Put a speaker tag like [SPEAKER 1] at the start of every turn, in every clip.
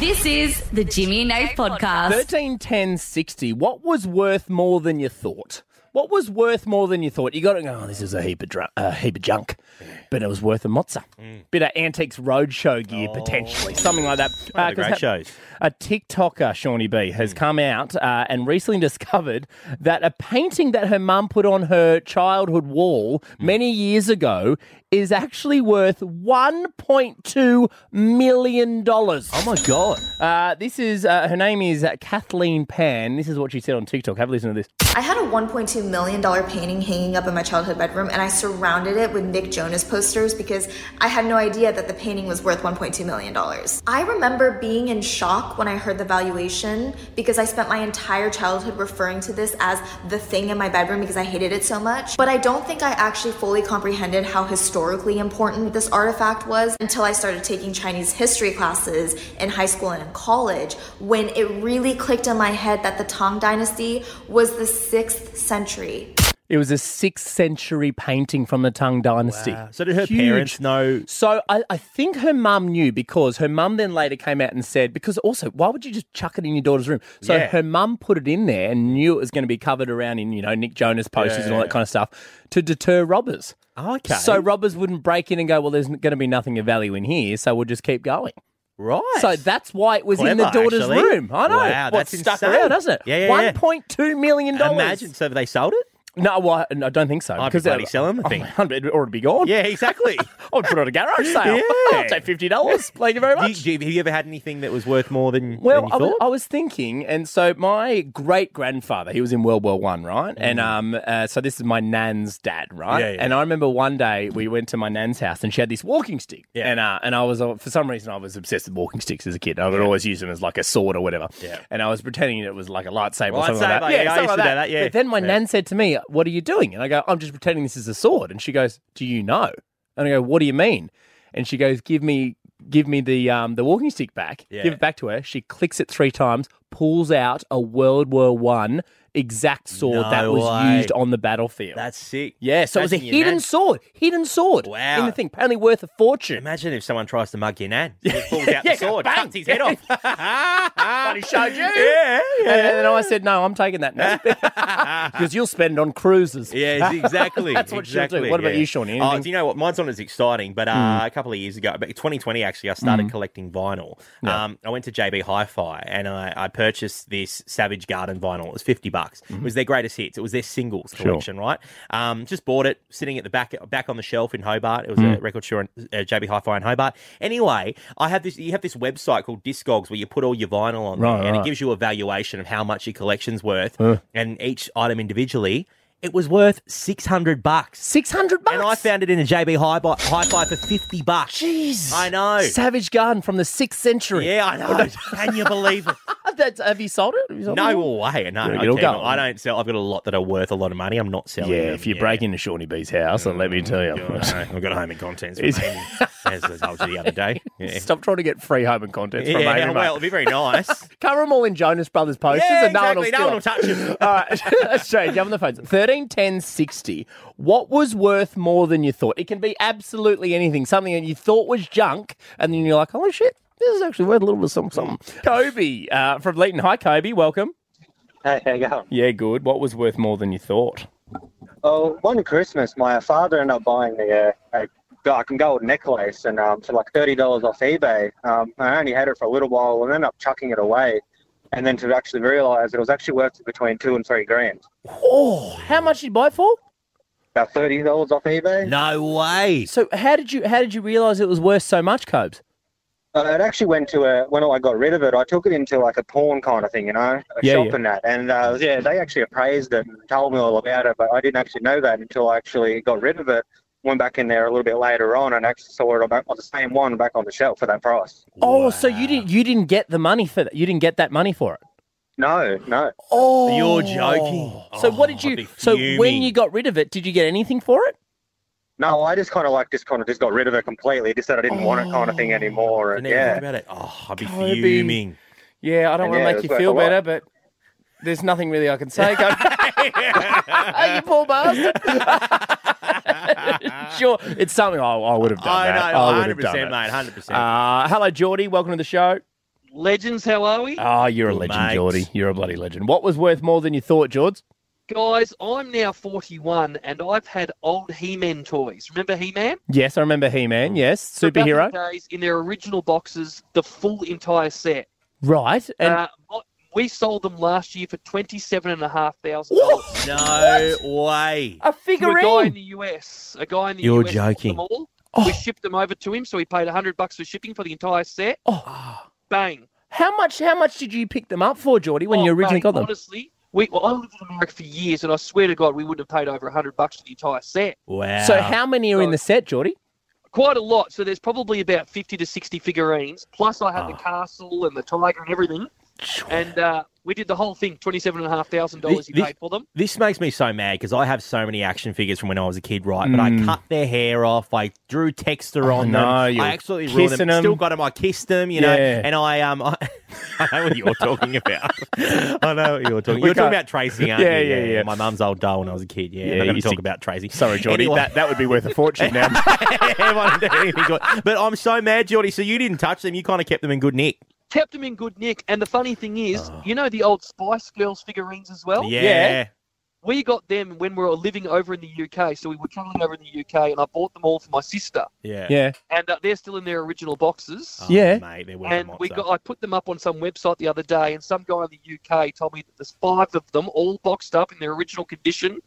[SPEAKER 1] This is the Jimmy and Nate podcast.
[SPEAKER 2] 13, 10, 60. What was worth more than you thought? What was worth more than you thought? You got to go, oh, this is a heap of, dr- uh, heap of junk. But it was worth a mozza. Bit of Antiques Roadshow gear, potentially. Something like that. Uh,
[SPEAKER 3] the great
[SPEAKER 2] 'cause
[SPEAKER 3] shows.
[SPEAKER 2] A TikToker, Shawnee B, has come out uh, and recently discovered that a painting that her mum put on her childhood wall many years ago is actually worth $1.2 million. Oh my God. Uh, this is, uh, her name is uh, Kathleen Pan. This is what she said on TikTok. Have a listen to this.
[SPEAKER 4] I had a $1.2 million painting hanging up in my childhood bedroom, and I surrounded it with Nick Jonas posters because I had no idea that the painting was worth $1.2 million. I remember being in shock when I heard the valuation because I spent my entire childhood referring to this as the thing in my bedroom because I hated it so much. But I don't think I actually fully comprehended how historically important this artifact was until I started taking Chinese history classes in high school and in college when it really clicked in my head that the Tang Dynasty was the sixth century.
[SPEAKER 2] It was a sixth century painting from the Tang Dynasty.
[SPEAKER 3] So did her
[SPEAKER 2] Huge.
[SPEAKER 3] parents know?
[SPEAKER 2] So I, I think her mum knew because her mum then later came out and said, because also, why would you just chuck it in your daughter's room? So
[SPEAKER 3] Yeah.
[SPEAKER 2] her mum put it in there and knew it was going to be covered around in, you know, Nick Jonas posters and all that kind of stuff to deter robbers.
[SPEAKER 3] Okay.
[SPEAKER 2] So robbers wouldn't break in and go, well, there's going to be nothing of value in here, so we'll just keep going.
[SPEAKER 3] right.
[SPEAKER 2] So that's why it was in the
[SPEAKER 3] Clever,
[SPEAKER 2] daughter's
[SPEAKER 3] actually.
[SPEAKER 2] room. I know.
[SPEAKER 3] Wow,
[SPEAKER 2] Well,
[SPEAKER 3] that's
[SPEAKER 2] it's stuck
[SPEAKER 3] insane.
[SPEAKER 2] around, doesn't it?
[SPEAKER 3] Yeah, yeah, yeah.
[SPEAKER 2] $1.2 million.
[SPEAKER 3] imagine. So they sold it.
[SPEAKER 2] No, well, I- I don't think so.
[SPEAKER 3] I'd be bloody selling the
[SPEAKER 2] oh,
[SPEAKER 3] thing.
[SPEAKER 2] man, it'd already be gone.
[SPEAKER 3] Yeah, exactly.
[SPEAKER 2] I'll put it on a garage sale.
[SPEAKER 3] Yeah.
[SPEAKER 2] I'll take fifty dollars. Thank you very
[SPEAKER 3] do you,
[SPEAKER 2] much.
[SPEAKER 3] do you- have you ever had anything that was worth more than
[SPEAKER 2] well,
[SPEAKER 3] Than you
[SPEAKER 2] I was,
[SPEAKER 3] thought?
[SPEAKER 2] I was thinking, and so my great grandfather, he was in World War One, right? And um, uh, so this is my nan's dad, right?
[SPEAKER 3] Mm. Yeah, yeah.
[SPEAKER 2] And I remember one day we went to my nan's house, and she had this walking stick,
[SPEAKER 3] Yeah.
[SPEAKER 2] and uh, and I was uh, for some reason I was obsessed with walking sticks as a kid. I would always use them as like a sword or whatever.
[SPEAKER 3] Yeah.
[SPEAKER 2] And I was pretending it was like a lightsaber or something like
[SPEAKER 3] Lightsaber,
[SPEAKER 2] that.
[SPEAKER 3] yeah, I
[SPEAKER 2] something
[SPEAKER 3] used
[SPEAKER 2] like
[SPEAKER 3] to do that, yeah.
[SPEAKER 2] But then my
[SPEAKER 3] Yeah.
[SPEAKER 2] nan said to me, "What are you doing?" And I go, "I'm just pretending this is a sword." And she goes, "Do you know?" And I go, "What do you mean?" And she goes, "Give me, give me the um, the walking stick back.
[SPEAKER 3] Yeah.
[SPEAKER 2] Give it back to her." She clicks it three times, pulls out a World War One exact sword
[SPEAKER 3] No
[SPEAKER 2] that was
[SPEAKER 3] way.
[SPEAKER 2] used on the battlefield.
[SPEAKER 3] That's sick.
[SPEAKER 2] yeah, so it was a
[SPEAKER 3] Imagine your
[SPEAKER 2] hidden
[SPEAKER 3] nan-
[SPEAKER 2] sword, hidden sword.
[SPEAKER 3] Wow.
[SPEAKER 2] in the thing, apparently worth a fortune.
[SPEAKER 3] Imagine if someone tries to mug your nan. He pulls out
[SPEAKER 2] Yeah,
[SPEAKER 3] the sword,
[SPEAKER 2] bang.
[SPEAKER 3] cuts his head off.
[SPEAKER 2] Bloody showed you.
[SPEAKER 3] Yeah,
[SPEAKER 2] And, and then I said, "No, I'm taking that now because you'll spend on cruises."
[SPEAKER 3] Yeah, it's exactly.
[SPEAKER 2] That's what she'll do.
[SPEAKER 3] exactly,
[SPEAKER 2] What about
[SPEAKER 3] yeah.
[SPEAKER 2] you, Shawnee?
[SPEAKER 3] Oh,
[SPEAKER 2] Anything- Hmm.
[SPEAKER 3] do you know what? Mine's not as exciting, but uh, a couple of years ago, about 2020 actually, I started collecting vinyl. Um, I went to JB Hi-Fi and I, I purchased this Savage Garden vinyl. It was 50 bucks. It
[SPEAKER 2] Mm-hmm.
[SPEAKER 3] was their greatest hits. It was their singles collection, right? Um, just bought it, sitting at the back back on the shelf in Hobart. It was
[SPEAKER 2] Hmm.
[SPEAKER 3] a record store in uh, JB Hi-Fi in Hobart. Anyway, I have this. You have this website called Discogs where you put all your vinyl on
[SPEAKER 2] Right,
[SPEAKER 3] there, and
[SPEAKER 2] right.
[SPEAKER 3] it gives you a valuation of how much your collection's worth, and each item individually. It was worth six hundred bucks,
[SPEAKER 2] Six hundred bucks.
[SPEAKER 3] and I found it in a JB Hi- Hi-Fi for fifty bucks.
[SPEAKER 2] Jeez.
[SPEAKER 3] I know.
[SPEAKER 2] Savage Garden from the sixth century.
[SPEAKER 3] Yeah, I know. Can you believe it?
[SPEAKER 2] That's, have you sold it? Have you sold it?
[SPEAKER 3] No way. No,
[SPEAKER 2] Yeah,
[SPEAKER 3] I,
[SPEAKER 2] get all
[SPEAKER 3] tell you
[SPEAKER 2] going.
[SPEAKER 3] what, I don't sell. I've got a lot that are worth a lot of money. I'm not selling.
[SPEAKER 2] Yeah,
[SPEAKER 3] them.
[SPEAKER 2] if you break into Shawnee B's house, and let me tell you.
[SPEAKER 3] God, no. I've got home and contents.
[SPEAKER 2] Is-
[SPEAKER 3] remaining, As I told you the other day. Yeah.
[SPEAKER 2] Stop trying to get free home and contents from
[SPEAKER 3] Yeah,
[SPEAKER 2] Amy.
[SPEAKER 3] well,
[SPEAKER 2] Well,
[SPEAKER 3] it'd be very nice.
[SPEAKER 2] Cover them all in Jonas Brothers posters
[SPEAKER 3] yeah,
[SPEAKER 2] and no
[SPEAKER 3] exactly. No one
[SPEAKER 2] one will
[SPEAKER 3] will
[SPEAKER 2] steal
[SPEAKER 3] touch him.
[SPEAKER 2] all right, that's strange. Jump on the phones. 13, 10, 60. What was worth more than you thought? It can be absolutely anything. Something that you thought was junk, and then you're like, oh shit, this is actually worth a little bit of something. something. Kobe uh, from Leeton. Hi, Kobe. Welcome.
[SPEAKER 5] Hey, how you going?
[SPEAKER 2] Yeah, good. What was worth more than you thought?
[SPEAKER 5] Oh, one Christmas, my father ended up buying me a, a like a gold necklace, and um, for like thirty dollars off eBay. Um, I only had it for a little while, and ended up chucking it away, and then to actually realise it was actually worth between two and three grand.
[SPEAKER 2] Oh, how much did you buy it for?
[SPEAKER 5] About thirty dollars off eBay.
[SPEAKER 3] no way.
[SPEAKER 2] So how did you how did you realise it was worth so much, Cobes?
[SPEAKER 5] Uh, it actually went to a when I got rid of it, I took it into like a pawn kind of thing, you know, a
[SPEAKER 2] Yeah,
[SPEAKER 5] shop
[SPEAKER 2] yeah.
[SPEAKER 5] and that. And uh, yeah, they actually appraised it and told me all about it, but I didn't actually know that until I actually got rid of it. Went back in there a little bit later on and actually saw it on, on the same one back on the shelf for that price.
[SPEAKER 2] Oh, so you didn't you didn't get the money for that. You didn't get that money for it.
[SPEAKER 5] No, no,
[SPEAKER 2] Oh,
[SPEAKER 3] You're joking.
[SPEAKER 2] So what
[SPEAKER 3] Oh,
[SPEAKER 2] did
[SPEAKER 3] I'd
[SPEAKER 2] you
[SPEAKER 3] be
[SPEAKER 2] so when
[SPEAKER 3] fuming.
[SPEAKER 2] you got rid of it, did you get anything for it?
[SPEAKER 5] no. I just kind of like just kind of just got rid of it completely. Just said I didn't want it kind of thing anymore. And
[SPEAKER 3] Didn't even think
[SPEAKER 5] yeah,
[SPEAKER 3] about it. Oh, I'd be
[SPEAKER 2] Kobe.
[SPEAKER 3] fuming.
[SPEAKER 2] Yeah, I don't
[SPEAKER 5] And yeah,
[SPEAKER 2] want to
[SPEAKER 5] it
[SPEAKER 2] make
[SPEAKER 5] was
[SPEAKER 2] you
[SPEAKER 5] worth
[SPEAKER 2] feel
[SPEAKER 5] a lot.
[SPEAKER 2] better, but there's nothing really I can say. Go, you poor bastard. sure, it's something I, I would have done.
[SPEAKER 3] I
[SPEAKER 2] that.
[SPEAKER 3] know,
[SPEAKER 2] would have
[SPEAKER 3] 100%,
[SPEAKER 2] done
[SPEAKER 3] mate,
[SPEAKER 2] that.
[SPEAKER 3] 100%.
[SPEAKER 2] Uh, hello, Geordie. Welcome to the show.
[SPEAKER 6] legends, how are we?
[SPEAKER 2] Oh, you're a legend,
[SPEAKER 3] Mate.
[SPEAKER 2] Geordie. You're a bloody legend. What was worth more than you thought, George?
[SPEAKER 6] Guys, I'm now 41 and I've had old He Man toys. Remember He Man?
[SPEAKER 2] Yes, I remember He Man. Yes, superhero.
[SPEAKER 6] Days in their original boxes, the full entire set.
[SPEAKER 2] Right. And
[SPEAKER 6] uh, what- we sold them last year for $27,500.
[SPEAKER 2] What?
[SPEAKER 3] No way.
[SPEAKER 6] To a guy in
[SPEAKER 2] a figurine.
[SPEAKER 6] the US. A guy in the
[SPEAKER 3] You're
[SPEAKER 6] US bought
[SPEAKER 3] joking.
[SPEAKER 6] them all.
[SPEAKER 2] Oh.
[SPEAKER 6] We shipped them over to him, so he paid 100 bucks for shipping for the entire set.
[SPEAKER 2] Oh.
[SPEAKER 6] Bang.
[SPEAKER 2] How much? How much did you pick them up for, Geordie, when you
[SPEAKER 6] Oh,
[SPEAKER 2] originally
[SPEAKER 6] mate,
[SPEAKER 2] got them?
[SPEAKER 6] Honestly, we, well, I lived in America for years, and I swear to God, we wouldn't have paid over 100 bucks for the entire set.
[SPEAKER 3] Wow.
[SPEAKER 2] So how many are in the set, Geordie?
[SPEAKER 6] Quite a lot. So there's probably about 50 to 60 figurines. Plus, I
[SPEAKER 2] Ah.
[SPEAKER 6] had the castle and the tiger and everything. And uh, we did the whole thing $27,500
[SPEAKER 3] This-
[SPEAKER 6] he
[SPEAKER 3] this-
[SPEAKER 6] paid for them.
[SPEAKER 3] This makes me so mad because I have so many action figures from when I was a kid, right? But I cut their hair off. I drew texture
[SPEAKER 2] Mm. Oh,
[SPEAKER 3] on
[SPEAKER 2] no,
[SPEAKER 3] them.
[SPEAKER 2] you
[SPEAKER 3] I
[SPEAKER 2] were
[SPEAKER 3] absolutely ruined
[SPEAKER 2] kissing
[SPEAKER 3] them.
[SPEAKER 2] them.
[SPEAKER 3] Still got them. I kissed them, you know.
[SPEAKER 2] Yeah.
[SPEAKER 3] And I um, I, I know what you're talking about. I know what you're talking.
[SPEAKER 2] We
[SPEAKER 3] You're
[SPEAKER 2] can't-
[SPEAKER 3] doing about Tracy, aren't
[SPEAKER 2] Yeah,
[SPEAKER 3] you?
[SPEAKER 2] yeah, yeah.
[SPEAKER 3] My mum's old doll when I was a kid. Yeah,
[SPEAKER 2] Yeah,
[SPEAKER 3] yeah.
[SPEAKER 2] you
[SPEAKER 3] I'm talk
[SPEAKER 2] see-
[SPEAKER 3] about Tracy.
[SPEAKER 2] Sorry, Geordie.
[SPEAKER 3] Anyway-
[SPEAKER 2] That that would be worth a fortune now.
[SPEAKER 3] Everyone did anything good. But I'm so mad, Geordie. So you didn't touch them. You kind of kept them in good nick. Oh.
[SPEAKER 6] Kept them in good nick. And the funny thing is, you know the old Spice Girls figurines as well?
[SPEAKER 3] Yeah.
[SPEAKER 2] yeah.
[SPEAKER 6] we got them when we were living over in the UK. So we were traveling over in the UK, and I bought them all for my sister.
[SPEAKER 3] Yeah.
[SPEAKER 2] yeah.
[SPEAKER 6] And uh, they're still in their original boxes.
[SPEAKER 3] Oh,
[SPEAKER 2] Yeah.
[SPEAKER 3] Mate, they're worth a
[SPEAKER 6] and we
[SPEAKER 3] monster.
[SPEAKER 6] got, I put them up on some website the other day, and some guy in the UK told me that there's five of them, all boxed up in their original condition.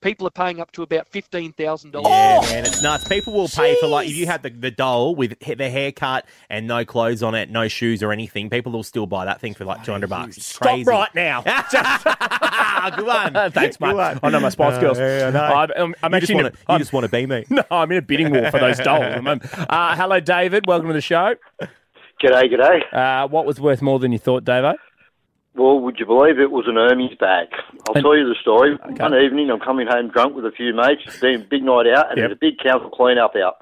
[SPEAKER 6] People are paying up to about fifteen thousand
[SPEAKER 3] Yeah,
[SPEAKER 6] dollars.
[SPEAKER 3] man, it's nuts. People will pay for like if you had the, the doll with h- the haircut and no clothes on it, no shoes or anything. People will still buy that thing for like two hundred bucks. It's crazy.
[SPEAKER 2] Stop right now.
[SPEAKER 3] Good one.
[SPEAKER 2] Thanks, mate. I know my Spice
[SPEAKER 3] Uh,
[SPEAKER 2] Girls.
[SPEAKER 3] yeah, I know.
[SPEAKER 2] I'm, I'm, I'm
[SPEAKER 3] You just
[SPEAKER 2] actually.
[SPEAKER 3] wanna- you
[SPEAKER 2] I'm-
[SPEAKER 3] just want to be me.
[SPEAKER 2] no, I'm in a bidding war for those dolls at the moment. Uh, hello, David. Welcome to the show.
[SPEAKER 7] G'day, g'day.
[SPEAKER 2] Uh, what was worth more than you thought, Davo?
[SPEAKER 7] Well, would you believe it was an Hermes bag? I'll tell you the story. One evening, I'm coming home drunk with a few mates. It's been a big night out, and
[SPEAKER 2] Yep.
[SPEAKER 7] there's a big council clean up out.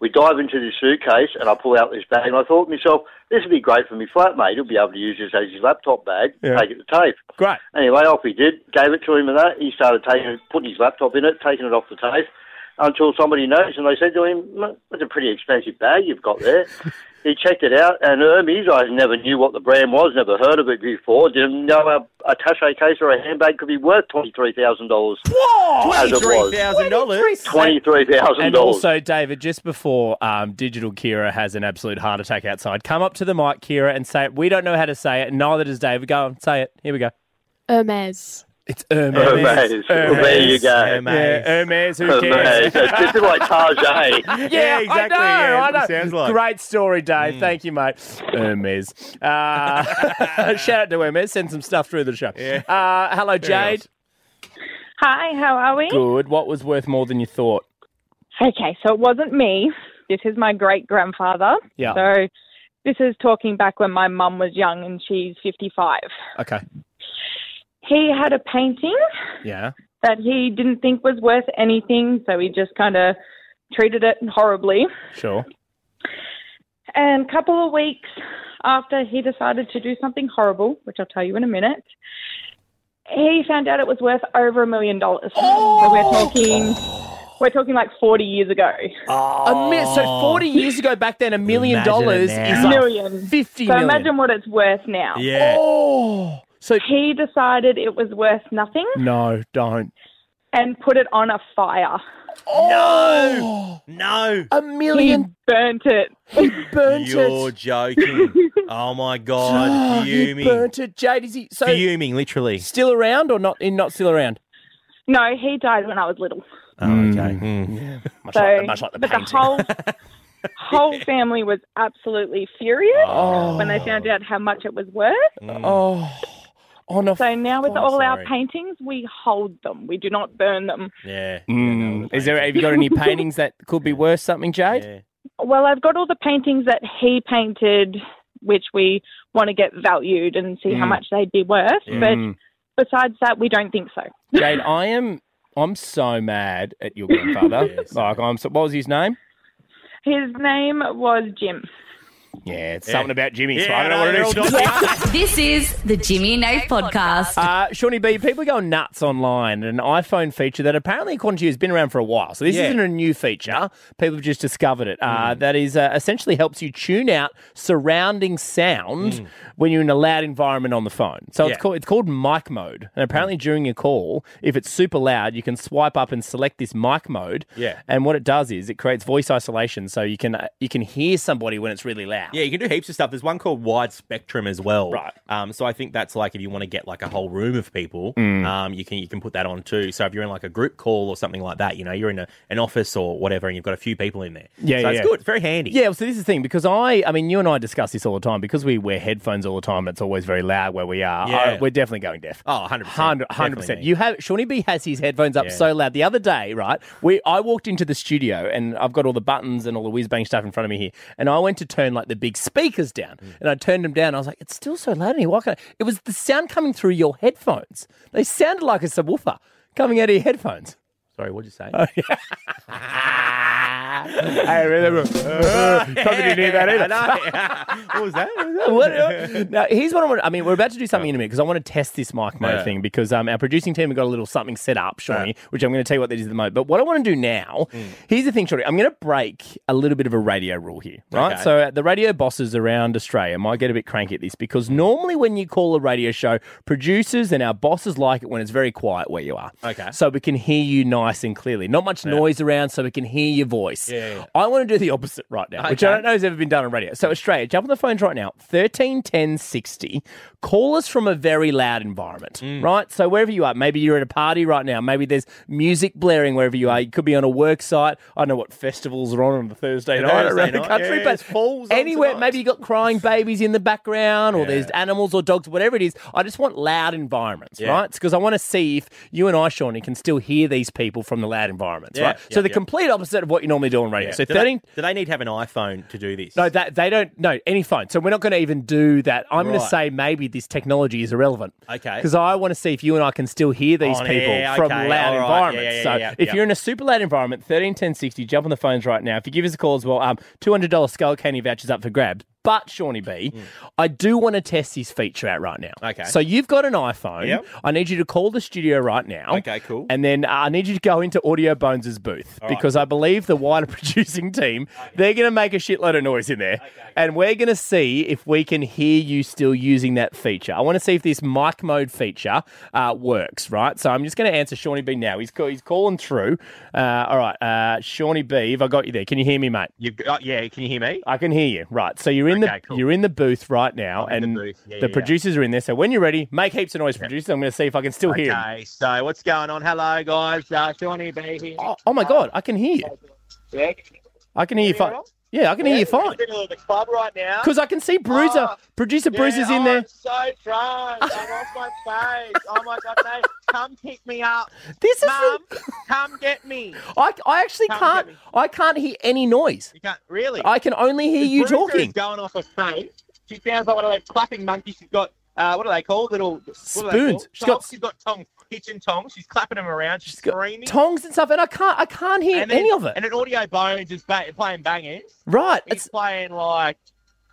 [SPEAKER 7] We dive into this suitcase, and I pull out this bag, and I thought to myself, this would be great for my flatmate. He'll be able to use this as his laptop bag,
[SPEAKER 2] Yeah.
[SPEAKER 7] take it to tape.
[SPEAKER 2] Great.
[SPEAKER 7] Anyway, off he did. Gave it to him and that. He started taking, putting his laptop in it, taking it off the tape until somebody noticed and they said to him, "Mm, that's a pretty expensive bag you've got there. he checked it out and Hermes, I never knew what the brand was, never heard of it before, didn't know a, a tache case or a handbag could be worth $23,000.
[SPEAKER 2] Oh!
[SPEAKER 7] As it was.
[SPEAKER 3] Three thousand dollars.
[SPEAKER 2] And
[SPEAKER 7] $23,000.
[SPEAKER 2] also, David, just before um, Digital Kira has an absolute heart attack outside, come up to the mic, Kira, and say it. We don't know how to say it, and neither does David. Go on, say it. Here we go.
[SPEAKER 8] Hermes.
[SPEAKER 2] It's Hermes.
[SPEAKER 7] Hermes. Well, there you go.
[SPEAKER 3] Hermes.
[SPEAKER 2] Yeah, Hermes. Who
[SPEAKER 7] Oh, man,
[SPEAKER 2] cares?
[SPEAKER 7] it's just like Tarjay.
[SPEAKER 3] Yeah, exactly,
[SPEAKER 2] I know.
[SPEAKER 3] yeah,
[SPEAKER 2] I know.
[SPEAKER 3] it sounds like. Mm.
[SPEAKER 2] Great story, Dave. Thank you, mate. Hermes. Uh, shout out to Hermes. Send some stuff through the show. Uh, hello, Jade.
[SPEAKER 9] Hi, how are we?
[SPEAKER 2] Good. What was worth more than you thought?
[SPEAKER 9] Okay, so it wasn't me. This is my great grandfather.
[SPEAKER 2] Yeah.
[SPEAKER 9] So this is talking back when my mum was young and she's 55.
[SPEAKER 2] Okay.
[SPEAKER 9] He had a painting
[SPEAKER 2] Yeah.
[SPEAKER 9] that he didn't think was worth anything, so he just kind of treated it horribly.
[SPEAKER 2] Sure.
[SPEAKER 9] And a Um, couple of weeks after he decided to do something horrible, which I'll tell you in a minute, he found out it was worth over a million dollars. So we're
[SPEAKER 2] Oh.
[SPEAKER 9] talking, we're talking like 40 years ago.
[SPEAKER 2] A mi- so 40 years ago back then, a million
[SPEAKER 3] Oh. Imagine it
[SPEAKER 2] dollars
[SPEAKER 3] now.
[SPEAKER 2] is like
[SPEAKER 9] million.
[SPEAKER 2] 50
[SPEAKER 9] So
[SPEAKER 2] million.
[SPEAKER 9] imagine what it's worth now.
[SPEAKER 3] Yeah.
[SPEAKER 2] Oh. So,
[SPEAKER 9] He decided it was worth nothing
[SPEAKER 2] no, don't.
[SPEAKER 9] and put it on a fire.
[SPEAKER 3] No.
[SPEAKER 2] Oh. A
[SPEAKER 9] He
[SPEAKER 2] million.
[SPEAKER 9] burnt it.
[SPEAKER 2] He burnt
[SPEAKER 3] You're
[SPEAKER 2] it.
[SPEAKER 3] joking. Oh my god.
[SPEAKER 2] he
[SPEAKER 3] Fuming.
[SPEAKER 2] burnt it. Jade, is he so
[SPEAKER 3] Fuming. Literally.
[SPEAKER 2] still around or not? Not still around?
[SPEAKER 9] No, he died when I was little.
[SPEAKER 3] Oh, okay. Mm.
[SPEAKER 2] Much,
[SPEAKER 9] So,
[SPEAKER 2] like, much like the
[SPEAKER 9] but
[SPEAKER 2] painting.
[SPEAKER 9] the whole whole family was absolutely furious when they found out how much it was worth.
[SPEAKER 2] Oh, on a.
[SPEAKER 9] So now with
[SPEAKER 2] Oh,
[SPEAKER 9] all our
[SPEAKER 2] sorry.
[SPEAKER 9] paintings, we hold them. We do not burn them.
[SPEAKER 3] Yeah.
[SPEAKER 2] Mm. Is there? Have you got any paintings that could be worth something, Jade?
[SPEAKER 3] Yeah.
[SPEAKER 9] Well, I've got all the paintings that he painted, which we want to get valued and see how
[SPEAKER 2] Mm.
[SPEAKER 9] much they'd be worth.
[SPEAKER 2] Mm.
[SPEAKER 9] But besides that, we don't think so.
[SPEAKER 2] Jade, I am. I'm so mad at your grandfather.
[SPEAKER 3] Yes.
[SPEAKER 2] Like I'm. So, what was his name?
[SPEAKER 9] His name was Jim.
[SPEAKER 2] Yeah, it's something about Jimmy. so
[SPEAKER 3] Yeah,
[SPEAKER 2] I don't know
[SPEAKER 3] no,
[SPEAKER 2] what it
[SPEAKER 3] they're
[SPEAKER 2] is.
[SPEAKER 3] all dodgy, aren't they?
[SPEAKER 1] This is the Jimmy and Nate podcast.
[SPEAKER 2] Uh, Shawnee B, people go nuts online. An iPhone feature that apparently, according to you, has been around for a while. So this
[SPEAKER 3] Yeah. Hmm.
[SPEAKER 2] isn't a new feature. People have just discovered it. Uh, That is uh, essentially helps you tune out surrounding sound when you're in a loud environment on the phone. So
[SPEAKER 3] Hmm. Yeah. Hmm.
[SPEAKER 2] it's called it's called mic mode. And apparently, during your call, if it's super loud, you can swipe up and select this mic mode.
[SPEAKER 3] Yeah.
[SPEAKER 2] And what it does is it creates voice isolation, so you can uh, you can hear somebody when it's really loud.
[SPEAKER 3] Yeah, you can do heaps of stuff. There's one called Wide Spectrum as well.
[SPEAKER 2] Right.
[SPEAKER 3] Um, so I think that's like if you want to get like a whole room of people,
[SPEAKER 2] Mm.
[SPEAKER 3] um, you can you can put that on too. So if you're in like a group call or something like that, you know, you're in a, an office or whatever, and you've got a few people in there.
[SPEAKER 2] Yeah,
[SPEAKER 3] so
[SPEAKER 2] yeah.
[SPEAKER 3] it's good. It's very handy.
[SPEAKER 2] Yeah, well, so this is the thing because I, I mean, you and I discuss this all the time because we wear headphones all the time. It's always very loud where we are.
[SPEAKER 3] Yeah.
[SPEAKER 2] I- we're definitely going deaf.
[SPEAKER 3] Oh, 100%.
[SPEAKER 2] 100
[SPEAKER 3] Definitely,
[SPEAKER 2] percent.
[SPEAKER 3] mate.
[SPEAKER 2] You have Shawnee B has his headphones up
[SPEAKER 3] Yeah.
[SPEAKER 2] so loud. The other day, right, we I walked into the studio and I've got all the buttons and all the whiz bang stuff in front of me here, and I went to turn like the big speakers down,
[SPEAKER 3] Mm.
[SPEAKER 2] and I turned them down. I was like, it's still so loud in here. Why can't I? It was the sound coming through your headphones. They sounded like a subwoofer coming out of your headphones. Oh,
[SPEAKER 3] Sorry, what'd you say?
[SPEAKER 2] I remember. probably didn't hear that either.
[SPEAKER 3] what was that? What was that?
[SPEAKER 2] What- now, here's what I want. I mean, we're about to do something in a minute because I want to test this mic mode
[SPEAKER 3] Yeah.
[SPEAKER 2] thing because um, our producing team have got a little something set up, Shawnee, which I'm going to tell you what that is at the moment. But what I want to do now,
[SPEAKER 3] Mm.
[SPEAKER 2] here's the thing, Shawnee. I'm going to break a little bit of a radio rule here, right?
[SPEAKER 3] Okay.
[SPEAKER 2] So uh, the radio bosses around Australia might get a bit cranky at this because normally when you call a radio show, producers and our bosses like it when it's very quiet where you are.
[SPEAKER 3] Okay.
[SPEAKER 2] So we can hear you nice and clearly. Not much noise around, so we can hear your voice.
[SPEAKER 3] Yeah, yeah.
[SPEAKER 2] I want to do the opposite right now, which I
[SPEAKER 3] Okay.
[SPEAKER 2] don't know has ever been done on radio. So Australia, jump on the phones right now, 13 10 60. Call us from a very loud environment,
[SPEAKER 3] Mm.
[SPEAKER 2] right? So wherever you are, maybe you're at a party right now, maybe there's music blaring wherever you are. You could be on a work site. I don't know what festivals are on on the Thursday night
[SPEAKER 3] Thursday
[SPEAKER 2] around the
[SPEAKER 3] night,
[SPEAKER 2] country,
[SPEAKER 3] yeah,
[SPEAKER 2] but
[SPEAKER 3] it's falls on
[SPEAKER 2] anywhere,
[SPEAKER 3] tonight.
[SPEAKER 2] maybe you got crying babies in the background or
[SPEAKER 3] Yeah.
[SPEAKER 2] there's animals or dogs, whatever it is. I just want loud environments,
[SPEAKER 3] Yeah.
[SPEAKER 2] right? Because I want to see if you and I, Shawnee, can still hear these people from the loud environments,
[SPEAKER 3] Yeah,
[SPEAKER 2] right? so
[SPEAKER 3] yeah,
[SPEAKER 2] the
[SPEAKER 3] yeah.
[SPEAKER 2] complete opposite of what you normally do on radio.
[SPEAKER 3] Yeah.
[SPEAKER 2] So
[SPEAKER 3] do,
[SPEAKER 2] 13-
[SPEAKER 3] they, do they need to have an iPhone to do this?
[SPEAKER 2] no, that they don't. No, any phone. So we're not going to even do that. I'm going to
[SPEAKER 3] Right.
[SPEAKER 2] say maybe this technology is irrelevant.
[SPEAKER 3] Okay.
[SPEAKER 2] Because I want to see if you and I can still hear these
[SPEAKER 3] On
[SPEAKER 2] people
[SPEAKER 3] air,
[SPEAKER 2] from
[SPEAKER 3] okay,
[SPEAKER 2] loud
[SPEAKER 3] all right, yeah,
[SPEAKER 2] environments.
[SPEAKER 3] yeah,
[SPEAKER 2] so
[SPEAKER 3] yeah, yeah,
[SPEAKER 2] if
[SPEAKER 3] yeah.
[SPEAKER 2] you're in a super loud environment, thirteen ten sixty, jump on the phones right now. If you give us a call as well, um, two hundred dollars skull candy vouchers up for grabs. But Shawnee B, I do want to test this feature out right now.
[SPEAKER 3] Hmm. Okay.
[SPEAKER 2] So you've got an iPhone.
[SPEAKER 3] Yep.
[SPEAKER 2] I need you to call the studio right now.
[SPEAKER 3] Okay, cool.
[SPEAKER 2] And then uh, I need you to go into Audio Bones' booth
[SPEAKER 3] right.
[SPEAKER 2] because I believe the wider producing team, they're going to make a shitload of noise in there. And we're going to see if we can hear you still using that feature. I want to see if this mic mode feature uh, works, right? So I'm just going to answer Shawnee B now. He's, call- he's calling through. Uh, all right, uh, Shawnee B, if I got you there, can you hear me, mate?
[SPEAKER 3] You've got, oh, yeah, can you hear me?
[SPEAKER 2] I can hear you. Right. So you're in
[SPEAKER 3] Okay,
[SPEAKER 2] the
[SPEAKER 3] cool.
[SPEAKER 2] you're in the booth right now
[SPEAKER 3] I'm
[SPEAKER 2] and
[SPEAKER 3] in the booth. Yeah,
[SPEAKER 2] the
[SPEAKER 3] yeah, yeah.
[SPEAKER 2] producers are in there. So when you're ready, make heaps of noise, producers. I'm going to see if I can still hear you.
[SPEAKER 3] Okay, so what's going on? Hello, guys. Uh, Shawnee B here.
[SPEAKER 2] Oh, oh my god, I can hear you.
[SPEAKER 3] Yeah,
[SPEAKER 2] I can hear you
[SPEAKER 3] me
[SPEAKER 2] fine.
[SPEAKER 3] all right?
[SPEAKER 2] Yeah, I can hear you fine.
[SPEAKER 3] middle of the club right now.
[SPEAKER 2] Because I can see Bruiser,
[SPEAKER 3] Oh,
[SPEAKER 2] producer
[SPEAKER 3] Yeah,
[SPEAKER 2] Bruiser's in
[SPEAKER 3] I'm
[SPEAKER 2] there.
[SPEAKER 3] so drunk. I lost my face. Oh my god, mate. Come pick me up.
[SPEAKER 2] This is.
[SPEAKER 3] Mum,
[SPEAKER 2] re-
[SPEAKER 3] come get me.
[SPEAKER 2] I, I actually
[SPEAKER 3] Come
[SPEAKER 2] can't.
[SPEAKER 3] get me.
[SPEAKER 2] I can't hear any noise.
[SPEAKER 3] You can't really.
[SPEAKER 2] I can only hear you
[SPEAKER 3] Bruiser Is
[SPEAKER 2] talking.
[SPEAKER 3] going off a faint. She sounds like one of those clapping monkeys. She's got uh, what are they called? Little what are they called?
[SPEAKER 2] Spoons. She's got-
[SPEAKER 3] Tongs. She's got tongs. Kitchen tongs. She's clapping them around. She's,
[SPEAKER 2] She's got
[SPEAKER 3] screaming.
[SPEAKER 2] tongs and stuff, and I can't. I can't hear
[SPEAKER 3] And then-
[SPEAKER 2] any of it.
[SPEAKER 3] And an audio bones is ba- playing bangers.
[SPEAKER 2] right.
[SPEAKER 3] It's
[SPEAKER 2] It's,
[SPEAKER 3] playing like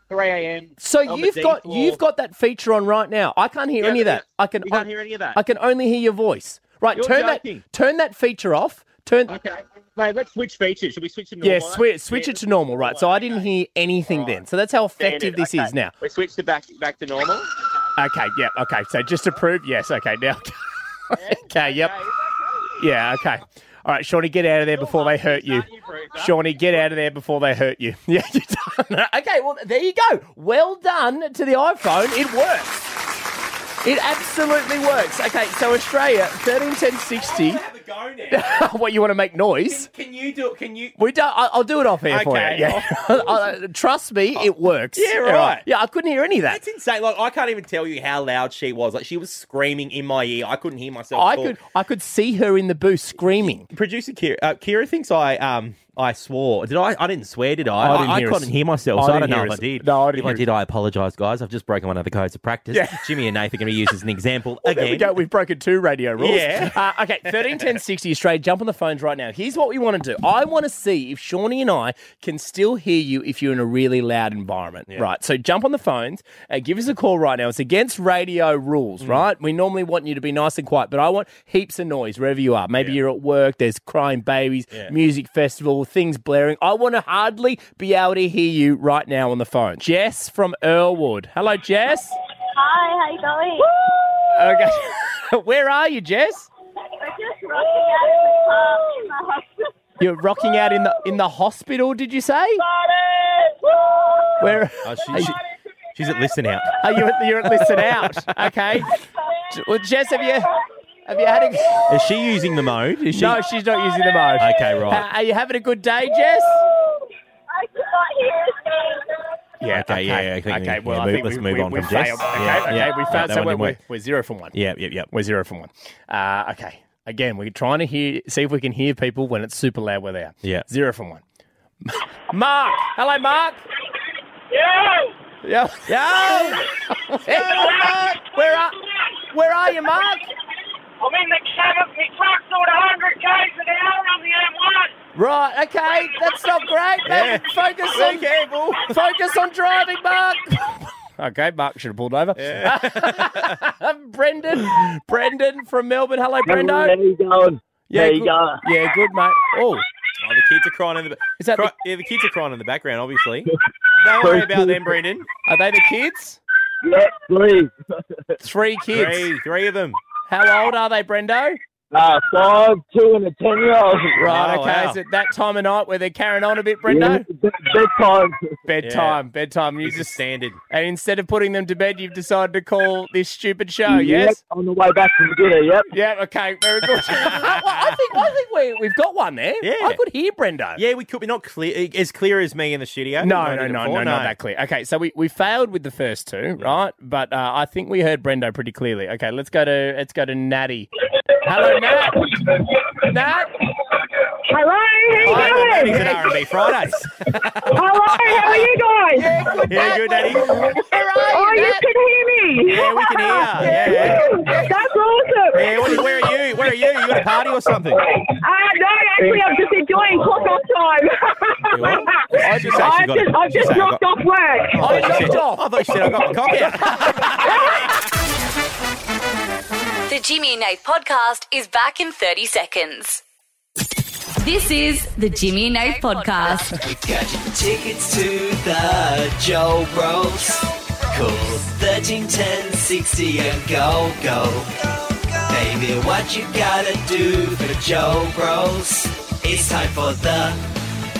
[SPEAKER 3] 3 a.m.
[SPEAKER 2] so
[SPEAKER 3] on the
[SPEAKER 2] you've
[SPEAKER 3] dance
[SPEAKER 2] got
[SPEAKER 3] floor.
[SPEAKER 2] you've got that feature on right now. I can't hear
[SPEAKER 3] Yeah,
[SPEAKER 2] any of that. I can.
[SPEAKER 3] You
[SPEAKER 2] I,
[SPEAKER 3] can't hear any of that.
[SPEAKER 2] I can only hear your voice. Right.
[SPEAKER 3] You're
[SPEAKER 2] turn
[SPEAKER 3] joking.
[SPEAKER 2] that. Turn that feature off. Turn.
[SPEAKER 3] Okay, mate, let's switch features. Should we switch them to
[SPEAKER 2] Yeah,
[SPEAKER 3] normal?
[SPEAKER 2] switch switch it to normal, right? So I didn't hear anything then. So that's how
[SPEAKER 3] Standard,
[SPEAKER 2] effective this
[SPEAKER 3] okay.
[SPEAKER 2] is now.
[SPEAKER 3] We switched it back back to normal.
[SPEAKER 2] Okay, yeah, okay. So just to prove, yes, okay, now. okay, yep. Yeah, okay. All right, Shawnee, get out of there before they hurt you. Shawnee, get out of there before they hurt you. Yeah, you done. it. Okay, well, there you go. Well done to the iPhone. It works. It absolutely works. Okay, so Australia, 131060.
[SPEAKER 3] Have a go now.
[SPEAKER 2] what, you want to make noise?
[SPEAKER 3] Can you do it? Can you?
[SPEAKER 2] We don't. I- I'll do it off here for
[SPEAKER 3] Okay. Oh.
[SPEAKER 2] you. Yeah. Uh, Trust me, it works.
[SPEAKER 3] Yeah,
[SPEAKER 2] All
[SPEAKER 3] right.
[SPEAKER 2] Yeah, I couldn't hear any of that.
[SPEAKER 3] That's insane. Like I can't even tell you how loud she was. Like she was screaming in my ear. I couldn't hear myself.
[SPEAKER 2] I
[SPEAKER 3] talk.
[SPEAKER 2] could. I could see her in the booth screaming.
[SPEAKER 3] Producer Kira, uh, Kira thinks I um I swore. Did I? I didn't swear, did I?
[SPEAKER 2] I didn't hear
[SPEAKER 3] couldn't
[SPEAKER 2] us.
[SPEAKER 3] hear myself,
[SPEAKER 2] I
[SPEAKER 3] so I
[SPEAKER 2] didn't
[SPEAKER 3] don't know
[SPEAKER 2] hear
[SPEAKER 3] if I
[SPEAKER 2] us.
[SPEAKER 3] did.
[SPEAKER 2] No, I didn't
[SPEAKER 3] If I
[SPEAKER 2] hear
[SPEAKER 3] did, I apologise, guys. I've just broken one of the codes of practice. Jimmy and Nathan are going to use as an example
[SPEAKER 2] Well, there we
[SPEAKER 3] again.
[SPEAKER 2] go. We've broken two radio rules.
[SPEAKER 3] Yeah.
[SPEAKER 2] Uh, okay, 13, 10, 60 Australia. Jump on the phones right now. Here's what we want to do. I want to see if Shawnee and I can still hear you if you're in a really loud environment. Right. So jump on the phones and give us a call right now. It's against radio rules,
[SPEAKER 3] Mm.
[SPEAKER 2] right? We normally want you to be nice and quiet, but I want heaps of noise wherever you are. Maybe you're at work, there's crying babies, music festival, things blaring. I want to hardly be able to hear you right now on the phone. Jess from Earlwood. Hello, Jess.
[SPEAKER 8] Hi, how you going?
[SPEAKER 2] Okay. Where are you, Jess?
[SPEAKER 8] We're just rocking out in the pub in the hospital.
[SPEAKER 2] You're rocking out in the in the hospital, did you say? Where
[SPEAKER 3] Oh, she- she- she's at listen out.
[SPEAKER 2] are Oh, you? At, you're at Listen Out. Okay. J- Well, Jess, have you have you had a?
[SPEAKER 3] Is she using the mode? Is she?
[SPEAKER 2] No, she's not using the mode.
[SPEAKER 3] Okay,
[SPEAKER 2] Uh,
[SPEAKER 3] right.
[SPEAKER 2] are you having a good day, Jess?
[SPEAKER 8] I could not hear a thing.
[SPEAKER 3] Yeah, okay, yeah, I think-
[SPEAKER 2] okay.
[SPEAKER 3] yeah,
[SPEAKER 2] Well, I
[SPEAKER 3] move-
[SPEAKER 2] think
[SPEAKER 3] let's
[SPEAKER 2] we,
[SPEAKER 3] move
[SPEAKER 2] we,
[SPEAKER 3] on
[SPEAKER 2] we
[SPEAKER 3] from Jess.
[SPEAKER 2] failed. Okay,
[SPEAKER 3] Yeah,
[SPEAKER 2] okay,
[SPEAKER 3] yeah.
[SPEAKER 2] we
[SPEAKER 3] Yeah,
[SPEAKER 2] failed.
[SPEAKER 3] that
[SPEAKER 2] so
[SPEAKER 3] one
[SPEAKER 2] we're,
[SPEAKER 3] didn't
[SPEAKER 2] we're,
[SPEAKER 3] work.
[SPEAKER 2] we're zero from one.
[SPEAKER 3] Yep, yep, yep.
[SPEAKER 2] We're zero from one. Uh, okay. Again, we're trying to hear, see if we can hear people when it's super loud where they are.
[SPEAKER 3] Yeah.
[SPEAKER 2] Zero from one. Mark. Ah, Hello, Mark. Yeah. Yeah. Mark. Where are, where are you, Mark?
[SPEAKER 8] I'm in the cab of my truck doing 100 k's an hour on the M1.
[SPEAKER 2] Right. Okay. That's not great. man. Focus on careful. Focus on driving, Mark. okay, Mark should have pulled over. Brendan. Brendan from Melbourne. Hello, Brendo.
[SPEAKER 10] you going?
[SPEAKER 2] Yeah,
[SPEAKER 10] there you
[SPEAKER 2] good-
[SPEAKER 10] go.
[SPEAKER 2] Yeah, good mate. Oh.
[SPEAKER 3] Oh, the kids are crying in the.
[SPEAKER 2] Is that
[SPEAKER 3] Cry-
[SPEAKER 2] the-
[SPEAKER 3] yeah, the kids are crying in the background, obviously. Don't worry about them, Brendan.
[SPEAKER 2] Are they the kids?
[SPEAKER 10] Yeah, please.
[SPEAKER 2] Three kids.
[SPEAKER 3] Three, three of them.
[SPEAKER 2] How old are they, Brendo?
[SPEAKER 10] Uh, five, two, and a ten-year-old.
[SPEAKER 2] Right,
[SPEAKER 3] Oh,
[SPEAKER 2] okay.
[SPEAKER 3] wow.
[SPEAKER 2] Is it that time of night where they're carrying on a bit, Brendo?
[SPEAKER 10] Yeah, bedtime.
[SPEAKER 2] Bedtime, bedtime. You
[SPEAKER 3] This is
[SPEAKER 2] just
[SPEAKER 3] standard.
[SPEAKER 2] and instead of putting them to bed, you've decided to call this stupid show.
[SPEAKER 10] Yep,
[SPEAKER 2] Yes.
[SPEAKER 10] on the way back from dinner. Yep.
[SPEAKER 2] Yeah. Okay. Very good. well, I think I think we we've got one there.
[SPEAKER 3] Yeah.
[SPEAKER 2] I could hear Brendo.
[SPEAKER 3] Yeah, we could be not clear as clear as me in the studio.
[SPEAKER 2] No, no, no, no,
[SPEAKER 3] 94,
[SPEAKER 2] not that clear. Okay, so we, we failed with the first two, right? But uh, I think we heard Brendo pretty clearly. Okay, let's go to let's go to Natty. Hello, Nat. Nat.
[SPEAKER 9] Hello, how
[SPEAKER 3] Hi, Natty's
[SPEAKER 9] you doing?
[SPEAKER 3] at R&B Fridays.
[SPEAKER 9] Hello, how are you guys?
[SPEAKER 3] yeah, good, Natty.
[SPEAKER 2] Where
[SPEAKER 9] oh,
[SPEAKER 2] are you,
[SPEAKER 9] you
[SPEAKER 2] Nat?
[SPEAKER 9] can hear me.
[SPEAKER 3] Yeah, we can hear. Yeah, yeah.
[SPEAKER 9] That's awesome.
[SPEAKER 3] yeah what- where are you? Where are you? You got a party or something?
[SPEAKER 9] Uh, no, actually, I'm just enjoying cook-off time.
[SPEAKER 3] what? She's actually
[SPEAKER 9] I've
[SPEAKER 3] got it.
[SPEAKER 9] just, I've
[SPEAKER 3] She's
[SPEAKER 9] just
[SPEAKER 3] actually
[SPEAKER 9] dropped
[SPEAKER 3] got-
[SPEAKER 9] off work.
[SPEAKER 3] I thought you
[SPEAKER 2] knocked
[SPEAKER 3] said-
[SPEAKER 2] off.
[SPEAKER 3] Oh, I thought you said I got my cock out.
[SPEAKER 1] The Jimmy and Nate podcast is back in 30 seconds. This is the Jimmy and Nate podcast.
[SPEAKER 11] Got your tickets to the Joe Bros. Call 13 10 60 and go, go. Baby, what you gotta do for Joe Bros? It's time for the,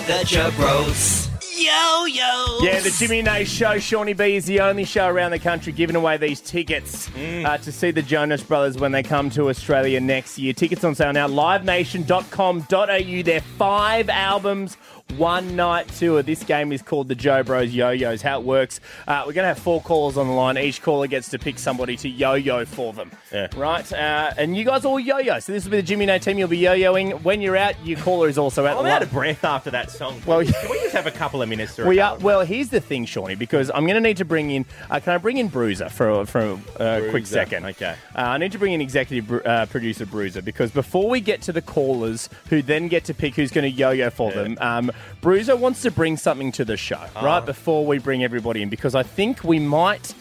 [SPEAKER 11] the Joe Bros. Yo, yo.
[SPEAKER 2] Yeah, the Jimmy and Nate Show. Shawnee B is the only show around the country giving away these tickets uh, to see the Jonas Brothers when they come to Australia next year. Tickets on sale now, livenation.com.au. They're five albums, one night tour. This game is called the Joe Bros Yo-Yos. How it works, uh, we're going to have four callers on the line. Each caller gets to pick somebody to yo-yo for them.
[SPEAKER 3] Yeah.
[SPEAKER 2] Right? Uh, and you guys all yo-yo. So this will be the Jimmy and Nate team. You'll be yo-yoing. When you're out, your caller is also out.
[SPEAKER 3] I'm
[SPEAKER 2] the
[SPEAKER 3] out
[SPEAKER 2] line.
[SPEAKER 3] of breath after that song.
[SPEAKER 2] Well,
[SPEAKER 3] Well, can we just have a couple of minutes to
[SPEAKER 2] We are,
[SPEAKER 3] recover?
[SPEAKER 2] well, here's the thing, Shawnee, because I'm going to need to bring in. Uh, can I bring in Bruiser for, for a uh, quick
[SPEAKER 3] Bruiser,
[SPEAKER 2] second?
[SPEAKER 3] okay.
[SPEAKER 2] Uh, I need to bring in executive bru- uh, producer Bruiser because before we get to the callers who then get to pick who's going to yo yo for them, um, Bruiser wants to bring something to the show,
[SPEAKER 3] Ah.
[SPEAKER 2] right? Before we bring everybody in, because I think we might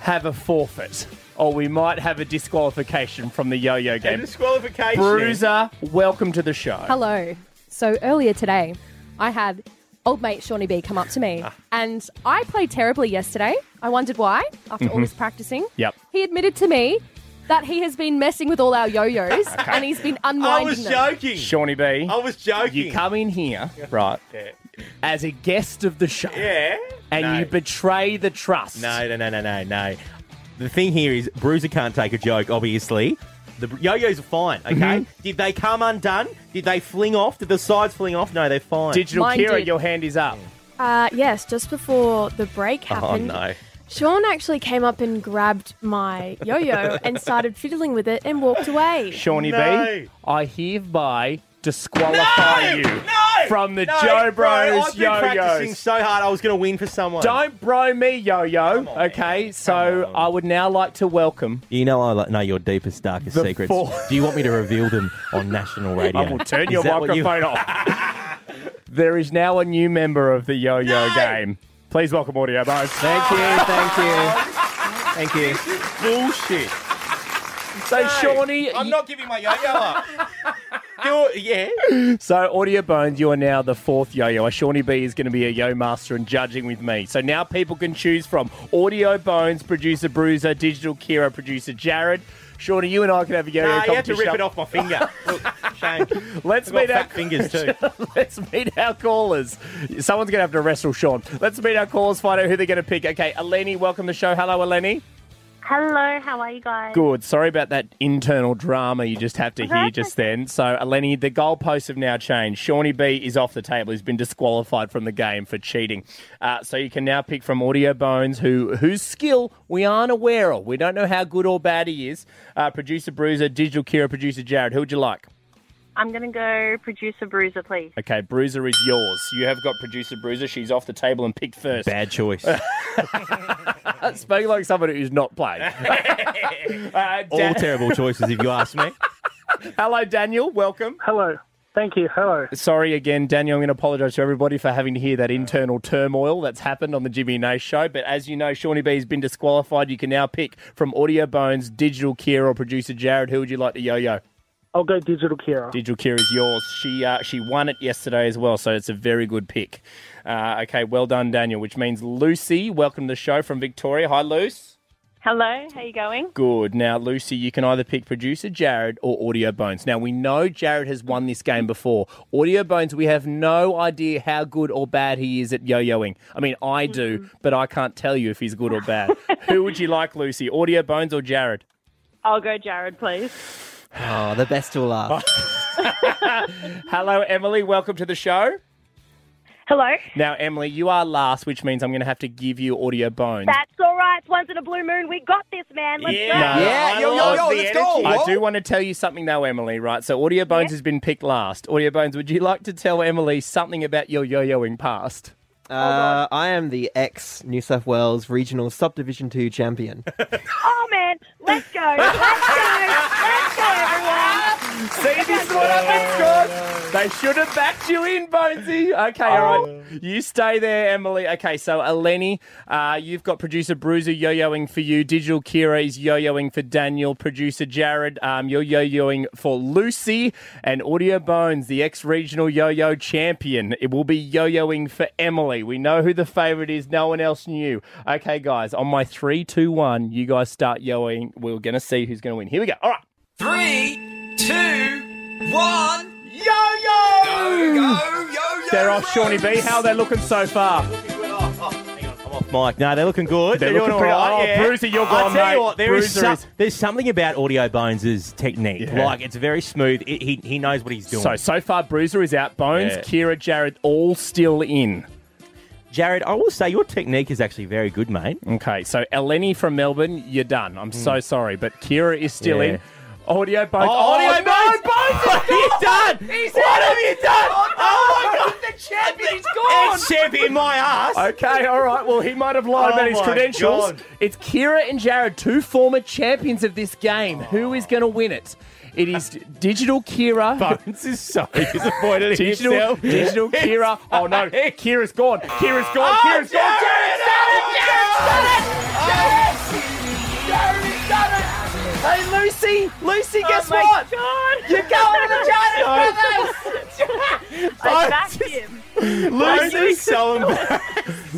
[SPEAKER 2] have a forfeit or we might have a disqualification from the yo yo
[SPEAKER 3] A
[SPEAKER 2] game.
[SPEAKER 3] disqualification.
[SPEAKER 2] Bruiser, welcome to the show.
[SPEAKER 12] Hello. So earlier today, I had old mate Shawnee B come up to me,
[SPEAKER 3] Ah.
[SPEAKER 12] and I played terribly yesterday. I wondered why after all
[SPEAKER 3] Mm-hmm.
[SPEAKER 12] this practicing.
[SPEAKER 2] Yep.
[SPEAKER 12] He admitted to me that he has been messing with all our yo-yos and he's been
[SPEAKER 3] I
[SPEAKER 12] unwinding
[SPEAKER 3] was
[SPEAKER 12] them.
[SPEAKER 3] joking.
[SPEAKER 2] Shawnee B.
[SPEAKER 3] I was joking.
[SPEAKER 2] You come in here, right, as a guest of the show,
[SPEAKER 3] Yeah.
[SPEAKER 2] and
[SPEAKER 3] No.
[SPEAKER 2] you betray the trust.
[SPEAKER 3] No, no, no, no, no, no. The thing here is, Bruiser can't take a joke, obviously. The br- yo-yos are fine, okay?
[SPEAKER 2] Mm-hmm.
[SPEAKER 3] Did they come undone? Did they fling off? Did the sides fling off? No, they're fine.
[SPEAKER 2] Digital
[SPEAKER 12] Mine
[SPEAKER 2] Kira,
[SPEAKER 12] did.
[SPEAKER 2] your hand is up.
[SPEAKER 8] Uh, yes, just before the break
[SPEAKER 3] Oh,
[SPEAKER 8] happened,
[SPEAKER 3] no.
[SPEAKER 8] Sean actually came up and grabbed my yo-yo and started fiddling with it and walked away.
[SPEAKER 2] Shawnee
[SPEAKER 3] No.
[SPEAKER 2] B, I hereby disqualify you from the
[SPEAKER 3] No,
[SPEAKER 2] Joe
[SPEAKER 3] bro, I've
[SPEAKER 2] Bros
[SPEAKER 3] been practicing
[SPEAKER 2] yo-yos.
[SPEAKER 3] so hard I was going to win for someone.
[SPEAKER 2] Don't bro me, yo-yo. okay, so I would now like to welcome.
[SPEAKER 3] You know I like- know your deepest, darkest
[SPEAKER 2] The
[SPEAKER 3] secrets.
[SPEAKER 2] four-
[SPEAKER 3] Do you want me to reveal them on national radio?
[SPEAKER 2] I will turn
[SPEAKER 3] Is
[SPEAKER 2] your
[SPEAKER 3] that what you-
[SPEAKER 2] microphone off. There is now a new member of the yo-yo game. Please welcome Audio Bones. Thank you, thank you, thank you.
[SPEAKER 3] Bullshit.
[SPEAKER 2] So, Shawnee,
[SPEAKER 3] I'm not giving my yo-yo up. You're- yeah.
[SPEAKER 2] So, Audio Bones, you are now the fourth yo-yo. Shawnee B is going to be a yo master and judging with me. So now people can choose from Audio Bones, producer Bruiser, digital Kira, producer Jared. Shawnee, you and I can have a yo-yo
[SPEAKER 3] Nah, you had to
[SPEAKER 2] competition.
[SPEAKER 3] rip it off my finger. Look, shame.
[SPEAKER 2] Let's
[SPEAKER 3] I've got
[SPEAKER 2] meet our
[SPEAKER 3] fat fingers too.
[SPEAKER 2] Let's meet our callers. Someone's going to have to wrestle Sean. Let's meet our callers. Find out who they're going to pick. Okay, Eleni, welcome to the show. Hello, Eleni.
[SPEAKER 13] Hello, how are you guys?
[SPEAKER 2] Good. Sorry about that internal drama you just have to hear just then. So, Eleni, the goalposts have now changed. Shawnee B is off the table. He's been disqualified from the game for cheating. Uh, so you can now pick from Audio Bones, who whose skill we aren't aware of. We don't know how good or bad he is. Uh, producer Bruiser, digital Kira, producer Jared. Who would you like?
[SPEAKER 13] I'm going to go producer Bruiser, please.
[SPEAKER 2] Okay, Bruiser is yours. You have got producer Bruiser. She's off the table and picked first. Bad
[SPEAKER 3] choice.
[SPEAKER 2] Spoke like somebody who's not played. Uh,
[SPEAKER 3] All
[SPEAKER 2] Dan-
[SPEAKER 3] terrible choices, if you ask me.
[SPEAKER 2] Hello, Daniel. Welcome.
[SPEAKER 14] Hello. Thank you. Hello.
[SPEAKER 2] Sorry again, Daniel. I'm going to apologise to everybody for having to hear that internal turmoil that's happened on the Jimmy and Nash show. But as you know, Shawnee B has been disqualified. You can now pick from Audio Bones, Digital Kira, or producer Jared. Who would you like to yo-yo?
[SPEAKER 14] I'll go digital Kira.
[SPEAKER 2] Digital Kira is yours. She uh, she won it yesterday as well, so it's a very good pick. Uh, okay, well done, Daniel. Which means Lucy, welcome to the show from Victoria. Hi, Luce.
[SPEAKER 13] Hello, how you going?
[SPEAKER 2] Good. Now, Lucy, you can either pick producer Jared or Audio Bones. Now, we know Jared has won this game before. Audio Bones, we have no idea how good or bad he is at yo yoing. I mean, I do, but I can't tell you if he's good or bad. Who would you like, Lucy? Audio Bones or Jared?
[SPEAKER 13] I'll go Jared, please.
[SPEAKER 2] Oh, the best will last. Hello, Emily. Welcome to the show.
[SPEAKER 15] Hello.
[SPEAKER 2] Now, Emily, you are last, which means I'm going to have to give you Audio Bones.
[SPEAKER 15] That's all right. It's once in a blue moon. We got this, man. Let's
[SPEAKER 2] No,
[SPEAKER 15] go.
[SPEAKER 2] I love the
[SPEAKER 15] Oh,
[SPEAKER 2] energy. I do want to tell you something though, Emily, right? So Audio Bones has been picked last. Audio Bones, would you like to tell Emily something about your yo-yoing past?
[SPEAKER 16] Uh, I am the ex New South Wales regional subdivision two champion.
[SPEAKER 15] Oh, man. Let's go. Let's go. Let's go, everyone.
[SPEAKER 2] See, this is what happens, guys. They should have backed you in, Bonesy. Okay, all right. You stay there, Emily. Okay, so Eleni, uh, you've got producer Bruiser yo-yoing for you. Digital Kira is yo-yoing for Daniel. Producer Jared, um, you're yo-yoing for Lucy. And Audio Bones, the ex-regional yo-yo champion, it will be yo-yoing for Emily. We know who the favourite is. No one else knew. Okay, guys, on my three, two, one, you guys start yoing. We're going to see who's going to win. Here we go. All right.
[SPEAKER 11] Three, two, one.
[SPEAKER 2] Yo yo.
[SPEAKER 11] go
[SPEAKER 2] Go
[SPEAKER 11] yo yo.
[SPEAKER 2] They're off Shawnee B. How are they looking so far?
[SPEAKER 3] Mike, no, they're looking good.
[SPEAKER 2] They're
[SPEAKER 3] doing
[SPEAKER 2] looking
[SPEAKER 3] all
[SPEAKER 2] pretty-
[SPEAKER 3] right.
[SPEAKER 2] oh,
[SPEAKER 3] yeah.
[SPEAKER 2] Bruiser, you're
[SPEAKER 3] I'll
[SPEAKER 2] gone,
[SPEAKER 3] tell you
[SPEAKER 2] mate.
[SPEAKER 3] what, there is
[SPEAKER 2] Bruiser
[SPEAKER 3] some-
[SPEAKER 2] is-
[SPEAKER 3] there's something about Audio Bones' technique.
[SPEAKER 2] Yeah.
[SPEAKER 3] Like it's very smooth. It, he he knows what he's doing.
[SPEAKER 2] So so far, Bruiser is out. Bones,
[SPEAKER 3] Yeah.
[SPEAKER 2] Kira, Jared, all still in.
[SPEAKER 3] Jared, I will say your technique is actually very good, mate. Hmm.
[SPEAKER 2] Okay, so Eleni from Melbourne, you're done. I'm so sorry, but Kira is still
[SPEAKER 3] Yeah.
[SPEAKER 2] in. Audio Bones.
[SPEAKER 11] Oh, no,
[SPEAKER 2] audio Bones. Bones. What have you done?
[SPEAKER 11] He's
[SPEAKER 2] what
[SPEAKER 11] out.
[SPEAKER 2] have you done?
[SPEAKER 11] Oh, no.
[SPEAKER 2] my God, the champion's gone.
[SPEAKER 11] It's champion my ass.
[SPEAKER 2] Okay, all right. Well, he might have lied
[SPEAKER 11] Oh
[SPEAKER 2] about his
[SPEAKER 11] my
[SPEAKER 2] credentials.
[SPEAKER 11] God.
[SPEAKER 2] It's Kira and Jared, two former champions of this game.
[SPEAKER 11] Oh.
[SPEAKER 2] Who is going to win it? It is Digital Kira. Bones is so disappointed
[SPEAKER 11] in
[SPEAKER 2] digital,
[SPEAKER 11] himself.
[SPEAKER 2] Digital Kira. Oh, no. Kira's gone. Kira's gone.
[SPEAKER 11] Oh,
[SPEAKER 2] Kira's gone. Jared's done it. Jared's done it. Jared's done it. Hey, Lucy. Lucy, guess
[SPEAKER 11] my
[SPEAKER 2] what?
[SPEAKER 11] God.
[SPEAKER 2] You're going
[SPEAKER 11] Sorry.
[SPEAKER 2] to the Jared Brothers.
[SPEAKER 11] I
[SPEAKER 2] Bones
[SPEAKER 11] backed
[SPEAKER 2] is-
[SPEAKER 11] him.
[SPEAKER 2] Lucy
[SPEAKER 11] Bones is
[SPEAKER 2] so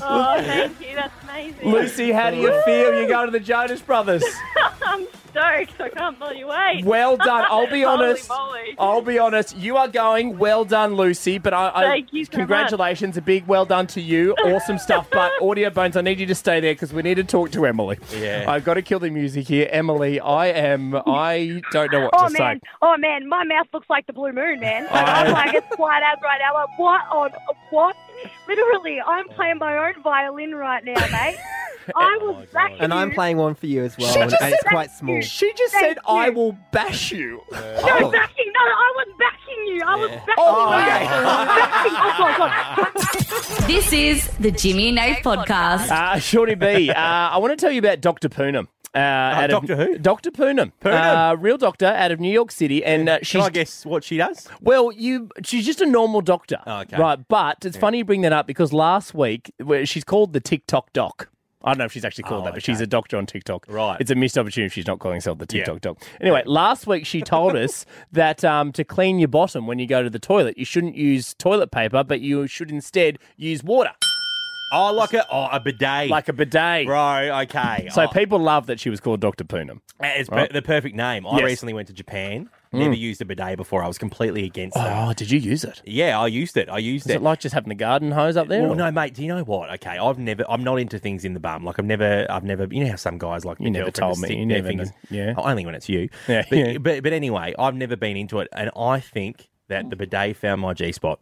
[SPEAKER 13] Oh, thank you. That's amazing.
[SPEAKER 2] Lucy, how do you feel? You go to the Jonas Brothers.
[SPEAKER 13] I'm stoked. I can't bloody wait.
[SPEAKER 2] Well done. I'll be
[SPEAKER 13] Holy
[SPEAKER 2] honest.
[SPEAKER 13] moly.
[SPEAKER 2] I'll be honest. You are going. Well done, Lucy. But I, I
[SPEAKER 13] Thank you so
[SPEAKER 2] congratulations. A big well done to you. Awesome stuff. But Audio Bones, I need you to stay there because we need to talk to Emily.
[SPEAKER 11] Yeah.
[SPEAKER 2] I've got to kill the music here, Emily. I am. I don't know what
[SPEAKER 15] Oh,
[SPEAKER 2] to
[SPEAKER 15] man.
[SPEAKER 2] say.
[SPEAKER 15] Oh, man. My mouth looks like the blue moon, man. I'm like, it's flat out right now. Like, what on what Literally, I'm playing my own violin right now, mate. I
[SPEAKER 2] Oh,
[SPEAKER 15] was that
[SPEAKER 16] And I'm
[SPEAKER 15] cute.
[SPEAKER 16] playing one for you as well.
[SPEAKER 15] She
[SPEAKER 16] and
[SPEAKER 15] just
[SPEAKER 16] it's
[SPEAKER 15] said-
[SPEAKER 16] quite small.
[SPEAKER 2] She just
[SPEAKER 15] Thank said, "I you."
[SPEAKER 2] will bash you. Oh.
[SPEAKER 15] No, backing. No, I was backing you. I was backing you.
[SPEAKER 1] This is the Jimmy and Nate podcast.
[SPEAKER 2] Uh, Shorty B, uh, I want to tell you about Dr. Poonam. Uh, out of, Doctor who? Dr. Poonam.
[SPEAKER 3] Poonam?
[SPEAKER 2] Uh, real doctor out of New York City. And uh, she's,
[SPEAKER 3] Can I guess what she does? Oh,
[SPEAKER 2] Well, you she's just a normal doctor.
[SPEAKER 3] okay.
[SPEAKER 2] Right, but it's funny you bring that up because last week well, she's called the TikTok doc. I don't know if she's actually
[SPEAKER 3] Oh,
[SPEAKER 2] called that, but she's a doctor on TikTok. Right. It's a missed opportunity if she's not calling herself the TikTok doc. Anyway, last week she told us that um, to clean your bottom when you go to the toilet, you shouldn't use toilet paper, but you should instead use water.
[SPEAKER 3] Oh, like a oh, a bidet.
[SPEAKER 2] Like a bidet.
[SPEAKER 3] Bro, okay.
[SPEAKER 2] So
[SPEAKER 3] Oh,
[SPEAKER 2] people love that she was called Dr. Poonam.
[SPEAKER 3] it's per-
[SPEAKER 2] Right.
[SPEAKER 3] the perfect name. I
[SPEAKER 2] Yes.
[SPEAKER 3] recently went to Japan.
[SPEAKER 2] Mm.
[SPEAKER 3] Never used a bidet before. I was completely against that.
[SPEAKER 2] Oh, did you use it?
[SPEAKER 3] Yeah, I used it. I used
[SPEAKER 2] Is it like just having the garden hose up there?
[SPEAKER 3] Well,
[SPEAKER 2] or-
[SPEAKER 3] no, mate. Do you know what? Okay, I've never. I'm not into things in the bum. Like I've never. I've never. You know how some guys like
[SPEAKER 2] You
[SPEAKER 3] the
[SPEAKER 2] never
[SPEAKER 3] girlfriend to
[SPEAKER 2] told me.
[SPEAKER 3] stick
[SPEAKER 2] You
[SPEAKER 3] their
[SPEAKER 2] never
[SPEAKER 3] fingers-
[SPEAKER 2] know. Yeah.
[SPEAKER 3] Oh, only when it's you.
[SPEAKER 2] Yeah,
[SPEAKER 3] But,
[SPEAKER 2] yeah.
[SPEAKER 3] but but anyway, I've never been into it, and I think that the bidet found my G spot.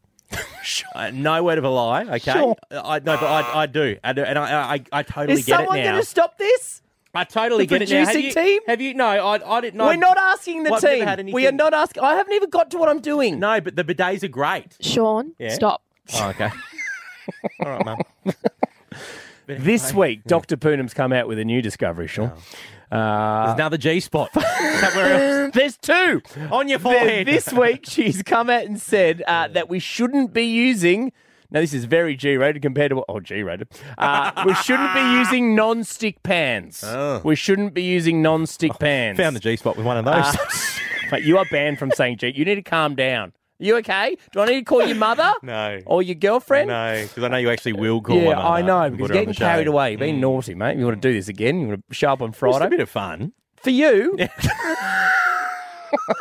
[SPEAKER 3] Uh, no word of a lie. Okay.
[SPEAKER 2] Sure.
[SPEAKER 3] I no, but I, I do, I do, and I I, I totally
[SPEAKER 2] Is
[SPEAKER 3] get it
[SPEAKER 2] someone
[SPEAKER 3] now.
[SPEAKER 2] going to stop this?
[SPEAKER 3] I totally
[SPEAKER 2] the
[SPEAKER 3] get it now. Have
[SPEAKER 2] producing
[SPEAKER 3] you-
[SPEAKER 2] team?
[SPEAKER 3] Have you? No, I, I didn't. know-
[SPEAKER 2] We're not asking the
[SPEAKER 3] Well, I've never
[SPEAKER 2] team.
[SPEAKER 3] had
[SPEAKER 2] we are
[SPEAKER 3] anything-
[SPEAKER 2] not asking. I haven't even got to what I'm doing.
[SPEAKER 3] No, but the bidets are great.
[SPEAKER 12] Sean,
[SPEAKER 3] Yeah.
[SPEAKER 12] stop.
[SPEAKER 3] Oh, okay. All right, mum.
[SPEAKER 2] This week, Dr. Poonam's come out with a new discovery, Sean. Uh, There's
[SPEAKER 3] another G spot.
[SPEAKER 2] There's two
[SPEAKER 3] on your forehead.
[SPEAKER 2] This week, she's come out and said uh, that we shouldn't be using. Now, this is very G rated compared to what. Oh, G rated. Uh, we shouldn't be using non stick pans. We shouldn't be using non stick pans.
[SPEAKER 3] Oh. Found the G spot with one of those.
[SPEAKER 2] but you are banned from saying G. You need to calm down. You okay? Do I need to call your mother?
[SPEAKER 3] no.
[SPEAKER 2] Or your girlfriend?
[SPEAKER 3] No, because I know you actually will call
[SPEAKER 2] yeah,
[SPEAKER 3] one
[SPEAKER 2] I
[SPEAKER 3] another
[SPEAKER 2] know.
[SPEAKER 3] and
[SPEAKER 2] Because
[SPEAKER 3] put her on
[SPEAKER 2] getting
[SPEAKER 3] the show. Mm.
[SPEAKER 2] carried away, being naughty, mate. You want to do this again? You want to show up on
[SPEAKER 3] Well,
[SPEAKER 2] Friday?
[SPEAKER 3] it's a bit of fun.
[SPEAKER 2] for you.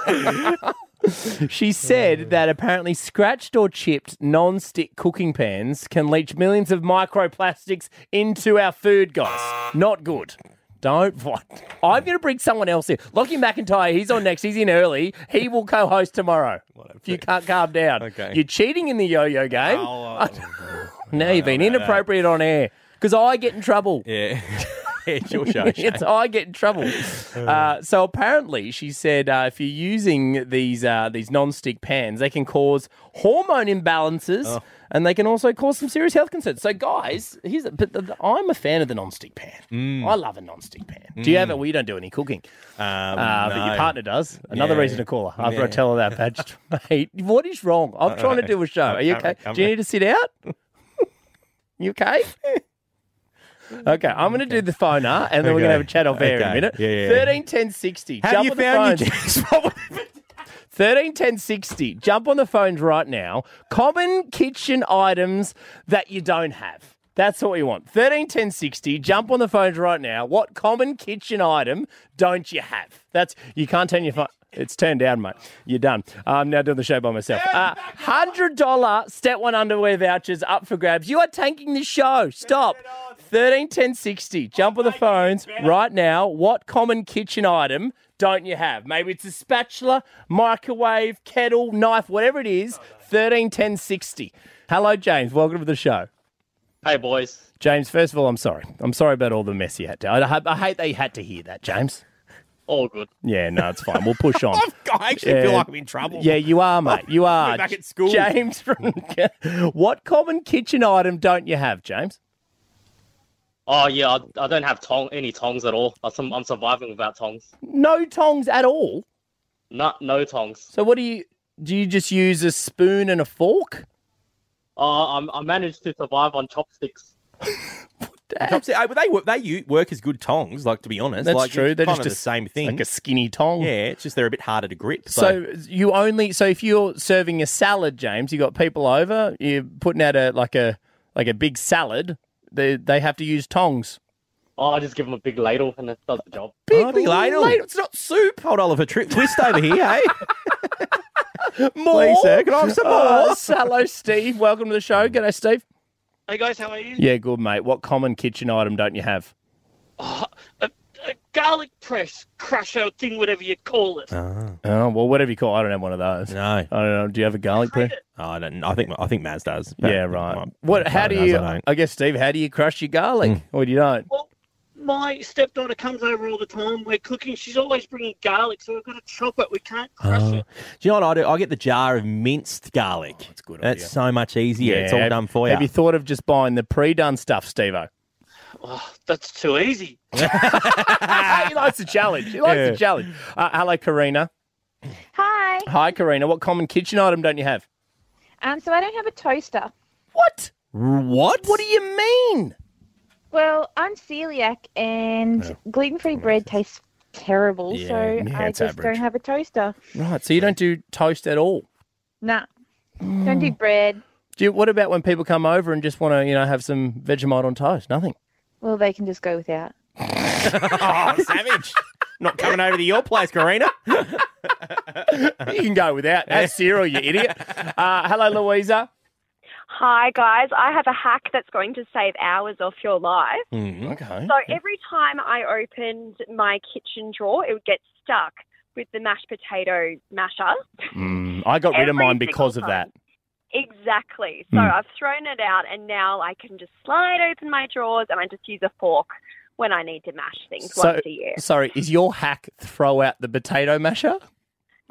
[SPEAKER 2] she said that apparently scratched or chipped non-stick cooking pans can leach millions of microplastics into our food, guys. Not good. Don't what? I'm going to bring someone else in. Lockie McIntyre, he's on next. He's in early. He will co-host tomorrow. If you can't calm down, okay. you're cheating in the yo-yo game. now you've been inappropriate on air because I get in trouble.
[SPEAKER 3] Yeah. it's your show. Shane.
[SPEAKER 2] It's- I get in trouble. Uh, so apparently, she said uh, if you're using these uh, these non-stick pans, they can cause hormone imbalances,
[SPEAKER 3] Oh.
[SPEAKER 2] and they can also cause some serious health concerns. So, guys, here's a, but the, the- I'm a fan of the non-stick pan.
[SPEAKER 3] Mm.
[SPEAKER 2] I love a non-stick pan. Do you have it? Well, you don't do any cooking, uh, but your
[SPEAKER 3] Um, no.
[SPEAKER 2] partner does. Another
[SPEAKER 3] Yeah.
[SPEAKER 2] reason to call her after I
[SPEAKER 3] Yeah.
[SPEAKER 2] tell her that. Badge, mate, what is wrong? I'm
[SPEAKER 3] I
[SPEAKER 2] trying to
[SPEAKER 3] know.
[SPEAKER 2] do a show.
[SPEAKER 3] I
[SPEAKER 2] Are you
[SPEAKER 3] can't
[SPEAKER 2] okay?
[SPEAKER 3] recover.
[SPEAKER 2] Do you need to sit out? You okay? Okay, I'm going to do the phone uh, and then we're
[SPEAKER 3] Okay.
[SPEAKER 2] going to have a chat off air in a
[SPEAKER 3] Okay.
[SPEAKER 2] minute.
[SPEAKER 3] Yeah, yeah, yeah.
[SPEAKER 2] 13 10 60.
[SPEAKER 3] Have
[SPEAKER 2] Jump
[SPEAKER 3] you
[SPEAKER 2] on the
[SPEAKER 3] found your
[SPEAKER 2] phones. 13 10 60. Jump on the phones right now. Common kitchen items that you don't have. That's what we want. 13 10 60. Jump on the phones right now. What common kitchen item don't you have? That's you can't turn your phone. It's turned down, mate. You're done. I'm now doing the show by myself. Uh, $100 Step One underwear vouchers up for grabs. You are tanking the show. Stop. 13 10 60. Jump on the phones right now. What common kitchen item don't you have? Maybe it's a spatula, microwave, kettle, knife, whatever it is. 13 10 60. Hello, James. Welcome to the show.
[SPEAKER 17] Hey, boys.
[SPEAKER 2] James, first of all, I'm sorry. I'm sorry about all the mess you had to. I, I- I hate that you had to hear that, James.
[SPEAKER 17] All good.
[SPEAKER 2] Yeah, no, it's fine. We'll push on.
[SPEAKER 3] I actually feel
[SPEAKER 2] Yeah.
[SPEAKER 3] like I'm in trouble.
[SPEAKER 2] Yeah, you are, mate. You are.
[SPEAKER 3] We're back at school.
[SPEAKER 2] James from. what common kitchen item don't you have, James?
[SPEAKER 17] Oh, yeah, I, I don't have tong any tongs at all. I'm, sur- I'm surviving without tongs.
[SPEAKER 2] No tongs at all.
[SPEAKER 17] Not, no tongs.
[SPEAKER 2] So what do you do? You just use a spoon and a fork?
[SPEAKER 17] Uh, I'm, I managed to survive on chopsticks.
[SPEAKER 3] Tops- uh, but they work. They u- work as good tongs. Like to be honest,
[SPEAKER 2] That's
[SPEAKER 3] like,
[SPEAKER 2] true.
[SPEAKER 3] It's
[SPEAKER 2] They're
[SPEAKER 3] kind
[SPEAKER 2] just
[SPEAKER 3] of
[SPEAKER 2] a
[SPEAKER 3] the
[SPEAKER 2] s-
[SPEAKER 3] same
[SPEAKER 2] it's
[SPEAKER 3] thing.
[SPEAKER 2] like a skinny tong.
[SPEAKER 3] Yeah, it's just they're a bit harder to grip.
[SPEAKER 2] So you only so if you're serving a salad, James, you got people over, you're putting out a like a like a big salad. They they have to use tongs.
[SPEAKER 17] Oh, I just give them a big ladle and it does the job.
[SPEAKER 2] Big
[SPEAKER 3] big ladle.
[SPEAKER 2] It's not soup.
[SPEAKER 3] Hold Oliver Tri- Twist over here, eh?
[SPEAKER 2] More.
[SPEAKER 3] Please, sir, can I have some
[SPEAKER 2] Uh,
[SPEAKER 3] more?
[SPEAKER 2] hello, Steve. Welcome to the show. G'day, Steve.
[SPEAKER 6] Hey guys, how are you?
[SPEAKER 2] Yeah, good mate. What common kitchen item don't you have?
[SPEAKER 6] Garlic press. crush out thing, whatever you call it.
[SPEAKER 2] Oh. well, whatever you call. it, I don't have one of those. No, I don't know. Do you have a garlic bread?
[SPEAKER 3] Oh, I don't. I think I think Maz does.
[SPEAKER 2] Yeah, right. What? How do you? I, guess Steve. How do you crush your garlic?
[SPEAKER 3] Hmm.
[SPEAKER 2] Or do you don't?
[SPEAKER 6] My stepdaughter comes over all the time. We're cooking. She's always bringing garlic, so we've got to chop it. We can't.
[SPEAKER 3] Oh. Do you know what I do? I get the jar of minced garlic.
[SPEAKER 2] Oh,
[SPEAKER 3] It's good. That's so much easier. it's all
[SPEAKER 2] have-
[SPEAKER 3] done for you.
[SPEAKER 2] Have you thought of just buying the pre-done stuff, Stevo?
[SPEAKER 6] Oh, that's too easy.
[SPEAKER 2] he likes a challenge. He likes
[SPEAKER 6] Yeah.
[SPEAKER 2] a challenge. Uh, hello, Karina.
[SPEAKER 18] Hi.
[SPEAKER 2] Hi, Karina. What common kitchen item don't you have?
[SPEAKER 18] Um, so I don't have a toaster.
[SPEAKER 2] What? What? What do you mean?
[SPEAKER 18] Well, I'm celiac and
[SPEAKER 2] Oh.
[SPEAKER 18] gluten-free bread tastes terrible,
[SPEAKER 2] Yeah,
[SPEAKER 18] so
[SPEAKER 2] yeah,
[SPEAKER 18] I
[SPEAKER 2] it's
[SPEAKER 18] just
[SPEAKER 2] average.
[SPEAKER 18] don't have a toaster.
[SPEAKER 2] Right. So you don't do toast at all.
[SPEAKER 18] Nah. Don't
[SPEAKER 2] Mm.
[SPEAKER 18] do bread.
[SPEAKER 2] Do you, what about when people come over and just want to, you know, have some Vegemite on toast? Nothing.
[SPEAKER 18] Well, they can just go without.
[SPEAKER 3] oh, savage. Not coming over to your place, Karina.
[SPEAKER 2] you can go without. That's cereal, you idiot. Uh, hello, Louisa.
[SPEAKER 13] Hi, guys. I have a hack that's going to save hours off your life.
[SPEAKER 2] okay.
[SPEAKER 13] So every time I opened my kitchen drawer, it would get stuck with the mashed potato masher.
[SPEAKER 2] Mm, I got rid of
[SPEAKER 13] Every
[SPEAKER 2] mine because of that.
[SPEAKER 13] Exactly. So
[SPEAKER 2] Mm.
[SPEAKER 13] I've thrown it out, and now I can just slide open my drawers, and I just use a fork when I need to mash things
[SPEAKER 2] So,
[SPEAKER 13] once a year.
[SPEAKER 2] sorry, is your hack throw out the potato masher?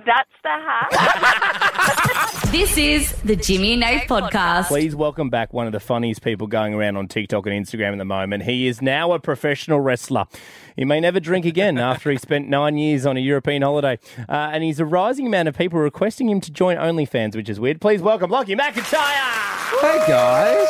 [SPEAKER 13] That's the hack.
[SPEAKER 1] This is the Jimmy and Nate podcast.
[SPEAKER 2] Please welcome back one of the funniest people going around on TikTok and Instagram at the moment. He is now a professional wrestler. He may never drink again after he spent nine years on a European holiday. Uh, and he's a rising amount of people requesting him to join OnlyFans, which is weird. Please welcome Lockie McIntyre.
[SPEAKER 16] Hey, guys.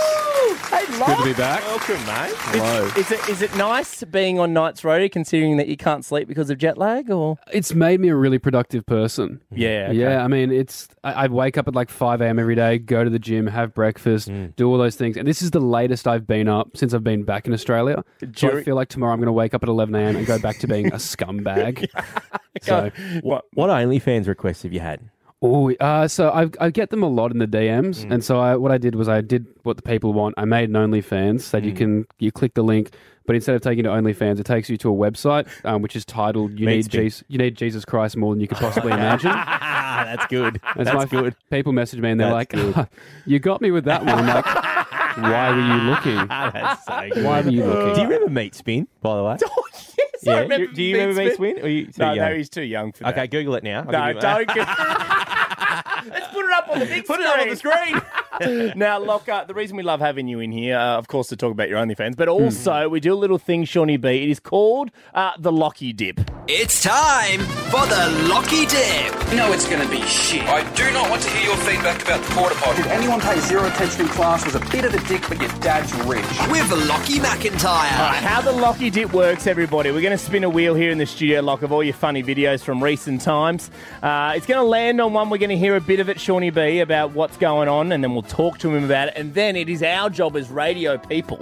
[SPEAKER 2] Hey,
[SPEAKER 16] Good to be back.
[SPEAKER 3] Welcome, mate.
[SPEAKER 16] Hello.
[SPEAKER 2] Is it, is it nice being on nights rota considering that you can't sleep because of jet lag or?
[SPEAKER 16] Uh,
[SPEAKER 19] It's made me a really productive person.
[SPEAKER 2] Yeah,
[SPEAKER 19] Yeah. I mean, it's, I, I wake up at like 5 a.m. every day, go to the gym, have breakfast,
[SPEAKER 3] Hmm.
[SPEAKER 19] do all those things. And this is the latest I've been up since I've been back in Australia. So I
[SPEAKER 2] During-
[SPEAKER 19] feel like tomorrow I'm going to wake up at 11 a.m. and go back to being a scumbag. So,
[SPEAKER 3] what, what OnlyFans requests have you had?
[SPEAKER 19] Oh, uh, so I, I get them a lot in the DMs,
[SPEAKER 3] Hmm.
[SPEAKER 19] and so I, what I did was I did what the people want. I made an OnlyFans
[SPEAKER 3] Hmm.
[SPEAKER 19] that you can you click the link, but instead of taking you to OnlyFans, it takes you to a website um, which is titled "You
[SPEAKER 2] Meat
[SPEAKER 19] need
[SPEAKER 2] spin.
[SPEAKER 19] Jesus, you need Jesus Christ more than you could possibly imagine."
[SPEAKER 2] Ah, that's good.
[SPEAKER 19] And so my f- People message me and they're
[SPEAKER 2] That's
[SPEAKER 19] like, "You got me with that one." I'm like, "Why were you looking?
[SPEAKER 3] That's so good.
[SPEAKER 19] Why were you looking?"
[SPEAKER 3] Do you remember Meat Spin, by the way?
[SPEAKER 2] Oh, I
[SPEAKER 3] Yeah.
[SPEAKER 2] remember
[SPEAKER 3] Do- do you
[SPEAKER 2] Meat
[SPEAKER 3] remember Meat
[SPEAKER 2] Spin.
[SPEAKER 3] Spin? Or you,
[SPEAKER 2] No, no, he's too young for
[SPEAKER 3] okay, Okay, Google it now. I'll
[SPEAKER 2] No,
[SPEAKER 3] give you-
[SPEAKER 2] don't. go- Let's put it up on the big
[SPEAKER 3] Put it
[SPEAKER 2] screen.
[SPEAKER 3] up on the
[SPEAKER 2] screen. now, Locker, the reason we love having you in here, uh, of course, to talk about your OnlyFans, but also we do a little thing, Shawnee B. It is called uh, the Lockie Dip.
[SPEAKER 11] It's time for the Lockie Dip. No, it's going to be shit. I do not want to hear your feedback about the porta potty. Did anyone pay zero attention in class? Was a bit of a dick, but your dad's rich. With Lockie McIntyre.
[SPEAKER 2] All right, Uh, how the Lockie Dip works, everybody. We're going to spin a wheel here in the studio, Lock, of all your funny videos from recent times. Uh, it's going to land on one. We're going to hear a bit of it, Shawnee B, about what's going on, and then we'll talk to him about it. And then it is our job as radio people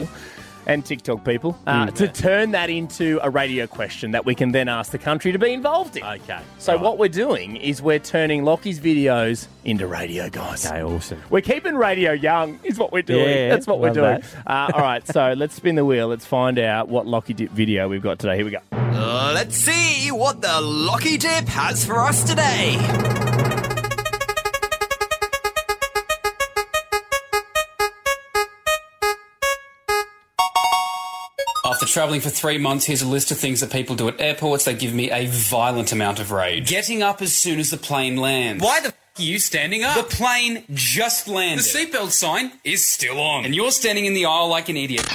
[SPEAKER 2] and TikTok people uh,
[SPEAKER 19] Mm.
[SPEAKER 2] to turn that into a radio question that we can then ask the country to be involved in. Okay. So what we're doing is we're turning Lockie's videos into radio, guys. Okay,
[SPEAKER 3] awesome.
[SPEAKER 2] We're keeping radio young, is what we're doing.
[SPEAKER 3] Yeah,
[SPEAKER 2] That's what we're
[SPEAKER 3] love
[SPEAKER 2] doing.
[SPEAKER 3] that.
[SPEAKER 2] Uh, all right, so let's spin the wheel. Let's find out what Lockie Dip video we've got today. Here we go.
[SPEAKER 11] Uh, Let's see what the Lockie Dip has for us today.
[SPEAKER 20] After travelling for three months, here's a list of things that people do at airports. They give me a violent amount of rage. Getting up as soon as the plane lands. Why the f- are you standing up? The plane just landed. The seatbelt sign is still on. And you're standing in the aisle like an idiot.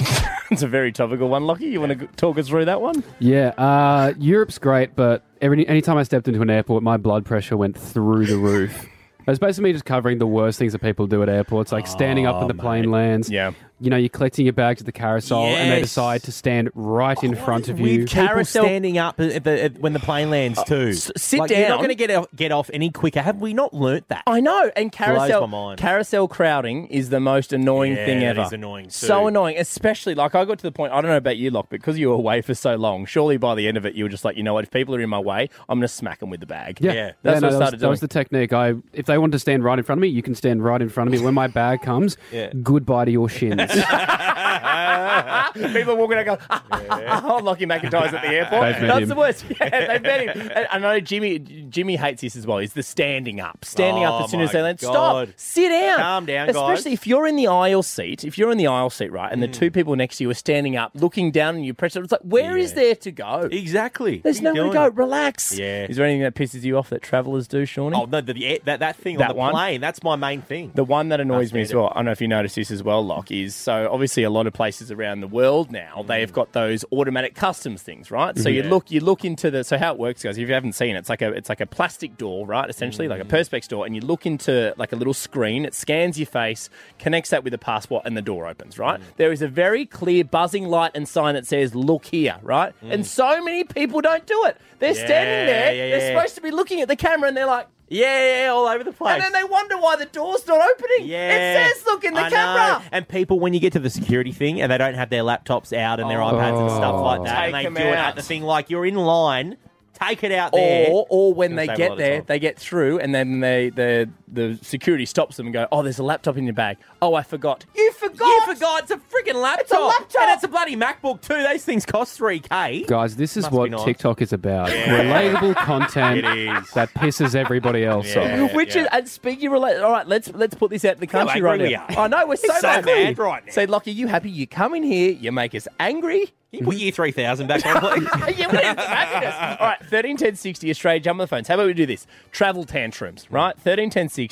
[SPEAKER 2] it's a very topical one, Lockie. You want to talk us through that one?
[SPEAKER 19] Yeah, uh, Europe's great, but every anytime I stepped into an airport, my blood pressure went through the roof. It was basically me just covering the worst things that people do at airports, like standing
[SPEAKER 3] Oh
[SPEAKER 19] up when the plane lands. Yeah, you know, you're collecting your bags at the carousel, and they
[SPEAKER 3] Yes.
[SPEAKER 19] decide to stand right in front of you.
[SPEAKER 3] With carousel standing up at the, at, when the plane lands too.
[SPEAKER 2] Uh, sit
[SPEAKER 3] Like, You're not
[SPEAKER 2] down.
[SPEAKER 3] going to get off, get off any quicker. Have we not learnt that?
[SPEAKER 2] I know. And
[SPEAKER 3] Blows my
[SPEAKER 2] carousel
[SPEAKER 3] mind.
[SPEAKER 2] carousel crowding is the most annoying
[SPEAKER 3] Yeah,
[SPEAKER 2] thing
[SPEAKER 3] that
[SPEAKER 2] ever.
[SPEAKER 3] is annoying
[SPEAKER 2] So
[SPEAKER 3] too.
[SPEAKER 2] annoying, especially like I got to the point. I don't know about you, Lock, because you were away for so long. Surely by the end of it, you were just like, you know what? If people are in my way, I'm going to smack them with the bag. that's
[SPEAKER 19] no,
[SPEAKER 2] what I
[SPEAKER 19] that,
[SPEAKER 2] started
[SPEAKER 19] was, that
[SPEAKER 2] doing.
[SPEAKER 19] was the technique. I if they want to stand right in front of me, you can stand right in front of me. When my bag comes,
[SPEAKER 2] Yeah.
[SPEAKER 19] goodbye to your shins.
[SPEAKER 2] McIntyres. People walking out go, ah, ah, ah, ah, Lockie McIntyre's at the airport.
[SPEAKER 19] They've met
[SPEAKER 2] That's
[SPEAKER 19] him.
[SPEAKER 2] the worst. Yeah, they've met him. And I know Jimmy Jimmy hates this as well. Is the standing up. Standing up
[SPEAKER 3] Oh,
[SPEAKER 2] as soon as
[SPEAKER 3] my
[SPEAKER 2] they land. Stop.
[SPEAKER 3] God.
[SPEAKER 2] Sit down.
[SPEAKER 3] Calm down, guys. Hmm.
[SPEAKER 2] Especially if you're in the aisle seat, if you're in the aisle seat, right, and the two people next to you are standing up, looking down and you press it, it's like, where is there to go?
[SPEAKER 3] Exactly.
[SPEAKER 2] There's
[SPEAKER 3] What are you
[SPEAKER 2] nowhere to go.
[SPEAKER 3] doing?
[SPEAKER 2] Relax.
[SPEAKER 3] Yeah.
[SPEAKER 2] Is there anything that pisses you off that travellers do, Shawnee?
[SPEAKER 3] Oh no, the, the, that that thing
[SPEAKER 2] That
[SPEAKER 3] on the
[SPEAKER 2] one?
[SPEAKER 3] plane. That's my main thing.
[SPEAKER 2] The one that annoys me as
[SPEAKER 3] Outstanding.
[SPEAKER 2] well, I don't know if you noticed this as well, Locke, is so obviously a lot of places around the world now, they've got those automatic customs things, right? So you
[SPEAKER 3] Mhm.
[SPEAKER 2] look you look into the so how it works, guys, if you haven't seen it, it's like a it's like a plastic door, right? Essentially, like a perspex door, and you look into like a little screen, it scans your face, connects that with a passport, and the door opens, right? There is a very clear buzzing light and sign that says, look here, right? And so many people don't do it. They're standing
[SPEAKER 3] Mm. Yeah,
[SPEAKER 2] there,
[SPEAKER 3] yeah,
[SPEAKER 2] they're
[SPEAKER 3] yeah.
[SPEAKER 2] supposed to be looking at the camera and they're like
[SPEAKER 3] Yeah, yeah, all over the place.
[SPEAKER 2] and then they wonder why the door's not opening.
[SPEAKER 3] Yeah.
[SPEAKER 2] It says, look in the
[SPEAKER 3] I know.
[SPEAKER 2] camera.
[SPEAKER 3] And people, when you get to the security thing and they don't have their laptops out and their
[SPEAKER 2] Oh.
[SPEAKER 3] iPads and stuff like
[SPEAKER 2] Oh.
[SPEAKER 3] that, and they
[SPEAKER 2] Take 'em
[SPEAKER 3] do it
[SPEAKER 2] out.
[SPEAKER 3] at the thing like you're in line, take it out there.
[SPEAKER 2] Or, or when they
[SPEAKER 3] It'll save a lot
[SPEAKER 2] get
[SPEAKER 3] of
[SPEAKER 2] there,
[SPEAKER 3] time.
[SPEAKER 2] they get through, and then they, the the security stops them and go, "Oh, there's a laptop in your bag. Oh, I forgot.
[SPEAKER 3] you forgot. You forgot. It's a freaking laptop. It's a
[SPEAKER 2] laptop.
[SPEAKER 3] and it's a bloody MacBook too. Those things cost three k.
[SPEAKER 19] Guys, this is
[SPEAKER 3] Must
[SPEAKER 19] what
[SPEAKER 3] be nice.
[SPEAKER 19] TikTok is about.
[SPEAKER 3] Yeah.
[SPEAKER 19] Relatable content
[SPEAKER 3] It is.
[SPEAKER 19] that pisses everybody else off.
[SPEAKER 2] Which is and speaking related. All right, let's let's put this out in the country
[SPEAKER 19] angry
[SPEAKER 2] right
[SPEAKER 19] we
[SPEAKER 2] now.
[SPEAKER 19] are.
[SPEAKER 2] I know we're so,
[SPEAKER 19] It's so
[SPEAKER 2] mad.
[SPEAKER 19] mad right
[SPEAKER 3] now.
[SPEAKER 2] Say, Lockie, you happy? You come in here, you make us angry. Mm-hmm.
[SPEAKER 3] Can you put year three thousand back on, please?
[SPEAKER 2] yeah, what is happiness? All right, thirteen ten sixty Australia. Jump on the phones. How about we do this? Travel tantrums, right? Thirteen ten sixty.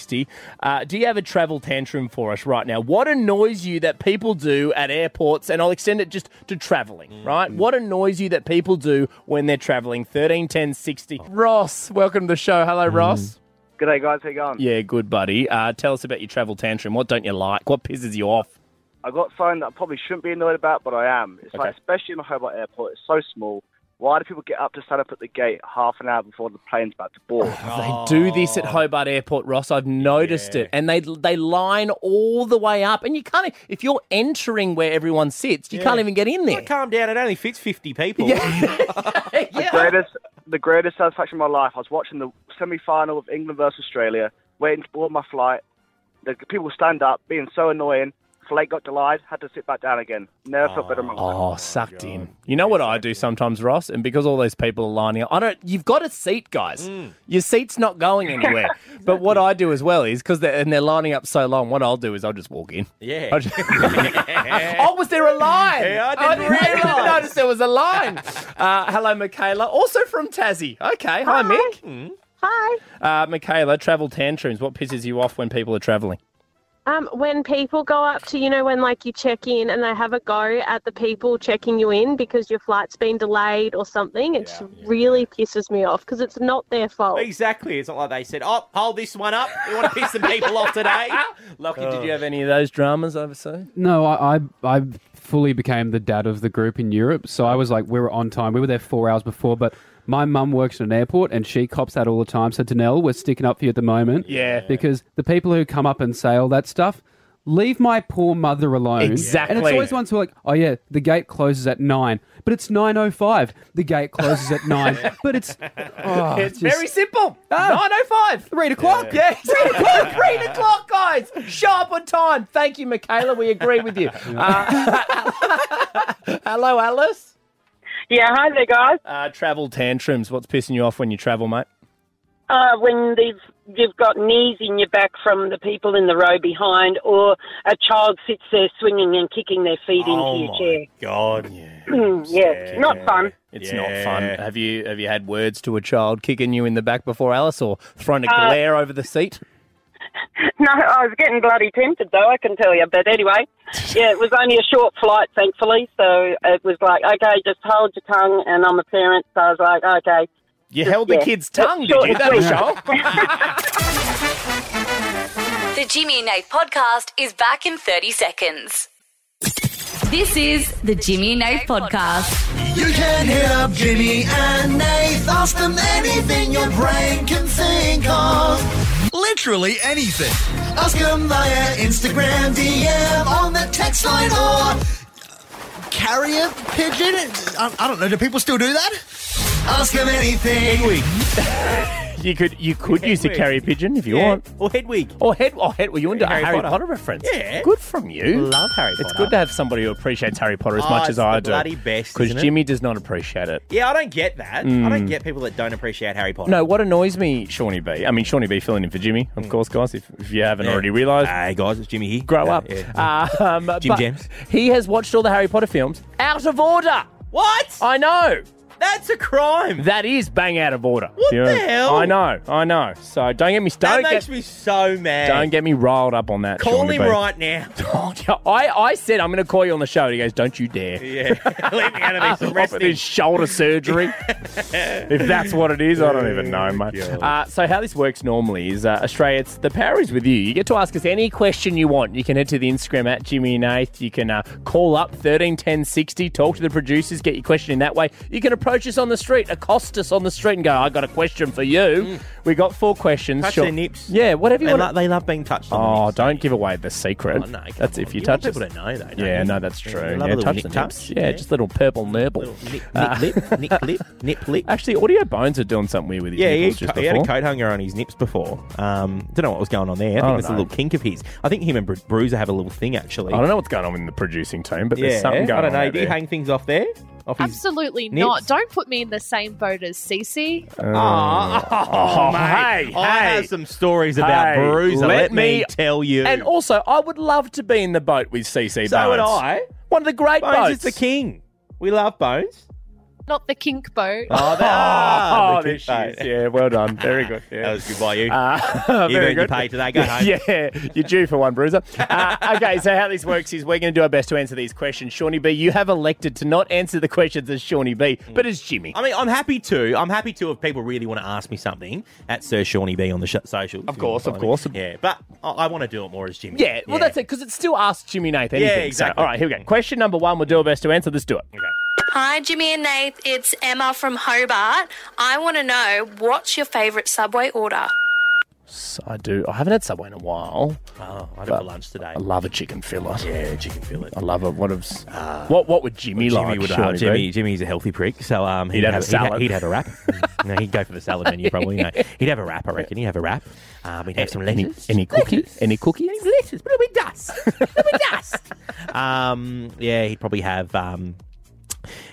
[SPEAKER 2] Uh, do you have a travel tantrum for us right now? What annoys you that people do at airports? And I'll extend it just to traveling, right? What annoys you that people do when they're traveling? Thirteen ten sixty. Oh. Ross, welcome to the show. Hello, Ross.
[SPEAKER 21] G'day, guys. How you going?
[SPEAKER 2] Yeah, good buddy. Uh, tell us about your travel tantrum. What don't you like? What pisses you off?
[SPEAKER 21] I got something that I probably shouldn't be annoyed about, but I am. It's like,
[SPEAKER 2] Okay.
[SPEAKER 21] especially in the Hobart Airport, it's so small. Why do people get up to stand up at the gate half an hour before the plane's about to board?
[SPEAKER 2] They do this at Hobart Airport, Ross. I've noticed it, and they they line all the way up, and you can't. e, If you're entering where everyone sits, you
[SPEAKER 21] Yeah.
[SPEAKER 2] can't even get in there.
[SPEAKER 3] Calm down. It only fits fifty people.
[SPEAKER 21] The greatest, the greatest satisfaction of my life. I was watching the semi-final of England versus Australia, waiting to board my flight. The people stand up, being so annoying. Flight got delayed, had to sit back down again. Never felt better in my life.
[SPEAKER 2] Oh, sucked in. You know what I do sometimes, Ross, and because all those people are lining up, I don't. You've got a seat, guys.
[SPEAKER 3] Mm.
[SPEAKER 2] Your seat's not going anywhere. But what I do as well is because they're and they're lining up so long. What I'll do is I'll just walk in.
[SPEAKER 3] Yeah.
[SPEAKER 2] I just- oh, was there a line?
[SPEAKER 11] Yeah,
[SPEAKER 2] I
[SPEAKER 11] I
[SPEAKER 2] didn't,
[SPEAKER 11] didn't
[SPEAKER 2] even
[SPEAKER 11] realise.
[SPEAKER 2] notice there was a line. Uh, hello, Michaela, also from Tassie. Okay, hi, Hmm. Mick.
[SPEAKER 22] Hi.
[SPEAKER 2] Uh, Michaela, travel tantrums. What pisses you off when people are travelling?
[SPEAKER 22] Um, when people go up to, you know, when like you check in and they have a go at the people checking you in because your flight's been delayed or something, it just really pisses me off because it's not their fault.
[SPEAKER 3] Exactly. It's not like they said, "Oh, hold this one up. We want to piss some people off today."
[SPEAKER 2] Lockie, did you have any of those dramas overseas?
[SPEAKER 19] No, I, I I fully became the dad of the group in Europe. So I was like, we were on time. We were there four hours before, but my mum works in an airport and she cops that all the time. So Danelle, we're sticking up for you at the moment.
[SPEAKER 2] Yeah.
[SPEAKER 19] Because the people who come up and say all that stuff. Leave my poor mother alone.
[SPEAKER 2] Exactly.
[SPEAKER 19] And it's always ones who are like, oh yeah, the gate closes at nine, but it's nine oh five. The gate closes at nine, but it's oh,
[SPEAKER 2] it's
[SPEAKER 19] just-
[SPEAKER 2] very simple. 905.
[SPEAKER 19] 3 o'clock.
[SPEAKER 2] Yeah, 3 o'clock. 3 o'clock, guys. Sharp on time. Thank you, Michaela. We agree with you. Uh, hello, Alice.
[SPEAKER 23] Yeah, hi there, guys.
[SPEAKER 2] Uh, travel tantrums. What's pissing you off when you travel, mate?
[SPEAKER 23] Uh, when they've you've got knees in your back from the people in the row behind, or a child sits there swinging and kicking their feet
[SPEAKER 2] Oh
[SPEAKER 23] into your chair.
[SPEAKER 3] God.
[SPEAKER 23] yeah, not fun.
[SPEAKER 2] It's not fun. Have you have you had words to a child kicking you in the back before Alice or thrown a
[SPEAKER 23] Uh,
[SPEAKER 2] glare over the seat?
[SPEAKER 23] No, I was getting bloody tempted though, I can tell you. But anyway, yeah, it was only a short flight, thankfully. So it was like, okay, just hold your tongue. And I'm a parent, so I was like, okay.
[SPEAKER 2] You
[SPEAKER 23] Just-
[SPEAKER 2] held the
[SPEAKER 23] yeah.
[SPEAKER 2] kid's
[SPEAKER 23] Just
[SPEAKER 2] tongue, did
[SPEAKER 23] short
[SPEAKER 2] you?
[SPEAKER 23] and
[SPEAKER 2] That'll
[SPEAKER 23] sweet.
[SPEAKER 2] show.
[SPEAKER 1] The Jimmy and Nate podcast is back in 30 seconds. This is the Jimmy and Nate podcast.
[SPEAKER 11] You can hit up Jimmy and Nate. Ask them anything your brain can think of. Literally anything. Ask them via Instagram DM on the text line or carrier pigeon. I, I don't know. Do people still do that? Ask them anything.
[SPEAKER 2] you could you could use a
[SPEAKER 3] Hedwig.
[SPEAKER 2] carrier pigeon if you
[SPEAKER 3] Yeah.
[SPEAKER 2] want,
[SPEAKER 3] or Hedwig,
[SPEAKER 2] or Hed, or Hedwig. You want to
[SPEAKER 3] Harry
[SPEAKER 2] Harry, Harry
[SPEAKER 3] Potter.
[SPEAKER 2] Potter. reference?
[SPEAKER 3] Yeah.
[SPEAKER 2] good from you.
[SPEAKER 3] Love Harry
[SPEAKER 2] It's
[SPEAKER 3] Potter.
[SPEAKER 2] good to have somebody who appreciates Harry Potter as
[SPEAKER 3] Oh,
[SPEAKER 2] much
[SPEAKER 3] it's
[SPEAKER 2] as I
[SPEAKER 3] the
[SPEAKER 2] do.
[SPEAKER 3] bloody best,
[SPEAKER 2] because
[SPEAKER 3] isn't it?
[SPEAKER 2] Jimmy does not appreciate it.
[SPEAKER 3] Yeah, I don't get that. I don't
[SPEAKER 2] Mm.
[SPEAKER 3] get people that don't appreciate Harry Potter.
[SPEAKER 2] No, what annoys me, Shawnee B. I mean, Shawnee B. filling in for Jimmy, of course, guys. If, if you haven't
[SPEAKER 3] Hmm. Yeah.
[SPEAKER 2] already realised,
[SPEAKER 3] hey guys, it's Jimmy here.
[SPEAKER 2] Grow up, Um,
[SPEAKER 3] Jim
[SPEAKER 2] but
[SPEAKER 3] James.
[SPEAKER 2] He has watched all the Harry Potter films out of order.
[SPEAKER 3] What?
[SPEAKER 2] I know.
[SPEAKER 3] That's a crime.
[SPEAKER 2] That is bang out of order. What
[SPEAKER 3] the hell?
[SPEAKER 2] I know, I know. So don't get me
[SPEAKER 3] That
[SPEAKER 2] started.
[SPEAKER 3] makes me so mad.
[SPEAKER 2] Don't get me riled up on that.
[SPEAKER 3] Call
[SPEAKER 2] Shawnee
[SPEAKER 3] him
[SPEAKER 2] B.
[SPEAKER 3] right now.
[SPEAKER 2] I, I said I'm going to call you on the show. He goes, "Don't you dare."
[SPEAKER 3] Yeah, leave me out of this. I'm
[SPEAKER 2] Off with
[SPEAKER 3] resting.
[SPEAKER 2] his shoulder surgery. if that's what it is, I don't even know, mate. Uh, so how this works normally is uh, Australia, it's the power is with you. You get to ask us any question you want. You can head to the Instagram at Jimmy and Nath. You can uh, call up 131060, talk to the producers, get your question in that way. You can approach us on the street, accost us on the street and go, I got a question for you. We got four questions.
[SPEAKER 3] Mm. Touch
[SPEAKER 2] Sure.
[SPEAKER 3] their nips.
[SPEAKER 2] Yeah, whatever you
[SPEAKER 3] They
[SPEAKER 2] want.
[SPEAKER 3] lo- they love being touched on the
[SPEAKER 2] Oh, don't give away the secret.
[SPEAKER 3] Oh, no, come
[SPEAKER 2] that's if you,
[SPEAKER 3] You want
[SPEAKER 2] touch
[SPEAKER 3] people
[SPEAKER 2] it.
[SPEAKER 3] to know, though, don't
[SPEAKER 2] Yeah,
[SPEAKER 3] you?
[SPEAKER 2] no, that's
[SPEAKER 3] Yeah,
[SPEAKER 2] true.
[SPEAKER 3] they
[SPEAKER 2] Yeah,
[SPEAKER 3] love a little
[SPEAKER 2] touch
[SPEAKER 3] nip
[SPEAKER 2] the
[SPEAKER 3] touch.
[SPEAKER 2] nips. Yeah,
[SPEAKER 3] Yeah.
[SPEAKER 2] just little purple nipple.
[SPEAKER 3] Nip, lip, nip, lip, nip, lip.
[SPEAKER 2] Actually, Audio Bones are doing something weird with his
[SPEAKER 3] Yeah, he,
[SPEAKER 2] nipples just
[SPEAKER 3] had co- he had a
[SPEAKER 2] before. Oh,
[SPEAKER 3] coat hanger on his nips before. Um, don't know what was going on there. I
[SPEAKER 2] I
[SPEAKER 3] think
[SPEAKER 2] don't
[SPEAKER 3] it's a
[SPEAKER 2] know.
[SPEAKER 3] little kink of his. I think him and Bru- Bruiser have a little thing actually.
[SPEAKER 2] I don't know what's going on in the producing team, but
[SPEAKER 3] Yeah,
[SPEAKER 2] there's something going
[SPEAKER 3] I don't
[SPEAKER 2] on.
[SPEAKER 3] know.
[SPEAKER 2] out
[SPEAKER 3] Do you
[SPEAKER 2] there.
[SPEAKER 3] hang things off there? Off his-
[SPEAKER 4] Absolutely
[SPEAKER 3] Nips?
[SPEAKER 4] not. Don't put me in the same boat as Cece.
[SPEAKER 2] Uh,
[SPEAKER 3] Oh,
[SPEAKER 2] Oh,
[SPEAKER 3] mate.
[SPEAKER 2] hey,
[SPEAKER 3] I
[SPEAKER 2] hey.
[SPEAKER 3] have some stories about
[SPEAKER 2] Hey,
[SPEAKER 3] Bruiser. Let, me, tell you.
[SPEAKER 2] And also, I would love to be in the boat with CC
[SPEAKER 3] so
[SPEAKER 2] Bones.
[SPEAKER 3] would I.
[SPEAKER 2] One of the great
[SPEAKER 3] Bones is
[SPEAKER 2] boats.
[SPEAKER 3] the king. We love Bones.
[SPEAKER 4] Not the kink boat.
[SPEAKER 3] Oh, they
[SPEAKER 2] Oh,
[SPEAKER 3] are.
[SPEAKER 2] there she is. Yeah, well done. Very good. Yeah.
[SPEAKER 3] That was good by you.
[SPEAKER 2] Uh,
[SPEAKER 3] You've
[SPEAKER 2] very
[SPEAKER 3] earned your
[SPEAKER 2] good.
[SPEAKER 3] pay today. Go home.
[SPEAKER 2] Yeah, you're due for one, Bruiser. Uh, okay, so how this works is we're going to do our best to answer these questions. Shawnee B, you have elected to not answer the questions as Shawnee B, but as Jimmy.
[SPEAKER 3] I mean, I'm happy to. I'm happy to if people really want to ask me something at Sir Shawnee B on the sh- socials. Of
[SPEAKER 2] course, of
[SPEAKER 3] course. Yeah, but I, I want to do it more as Jimmy.
[SPEAKER 2] Yeah, well, that's it, because it still asks Jimmy Nath anything.
[SPEAKER 3] Yeah,
[SPEAKER 2] So,
[SPEAKER 3] exactly.
[SPEAKER 2] all right, here we go. Question number one, we'll do our best to answer. Let's do it.
[SPEAKER 4] Hi, Jimmy and Nath. It's Emma from Hobart. I want to know what's your favourite Subway order?
[SPEAKER 2] So I do. I haven't had Subway in a while.
[SPEAKER 3] Oh, I had it
[SPEAKER 2] but
[SPEAKER 3] for lunch today.
[SPEAKER 2] I love a chicken fillet.
[SPEAKER 3] Yeah, chicken fillet. Uh,
[SPEAKER 2] I love it. What of what? What would Jimmy
[SPEAKER 3] Jimmy
[SPEAKER 2] like?
[SPEAKER 3] would
[SPEAKER 2] Shawnee
[SPEAKER 3] uh,
[SPEAKER 2] B?
[SPEAKER 3] Jimmy, Jimmy's a healthy prick, so um,
[SPEAKER 2] He'd have a salad.
[SPEAKER 3] He'd, ha- he'd have a wrap. no, he'd go for the salad menu probably. No. He'd have a wrap, I reckon. He'd have a wrap. Um, he'd have some lettuce.
[SPEAKER 2] Any cookies? Any cookies?
[SPEAKER 3] Delicious, but it'll be dust. It'll be dust. um, yeah, he'd probably have. Um,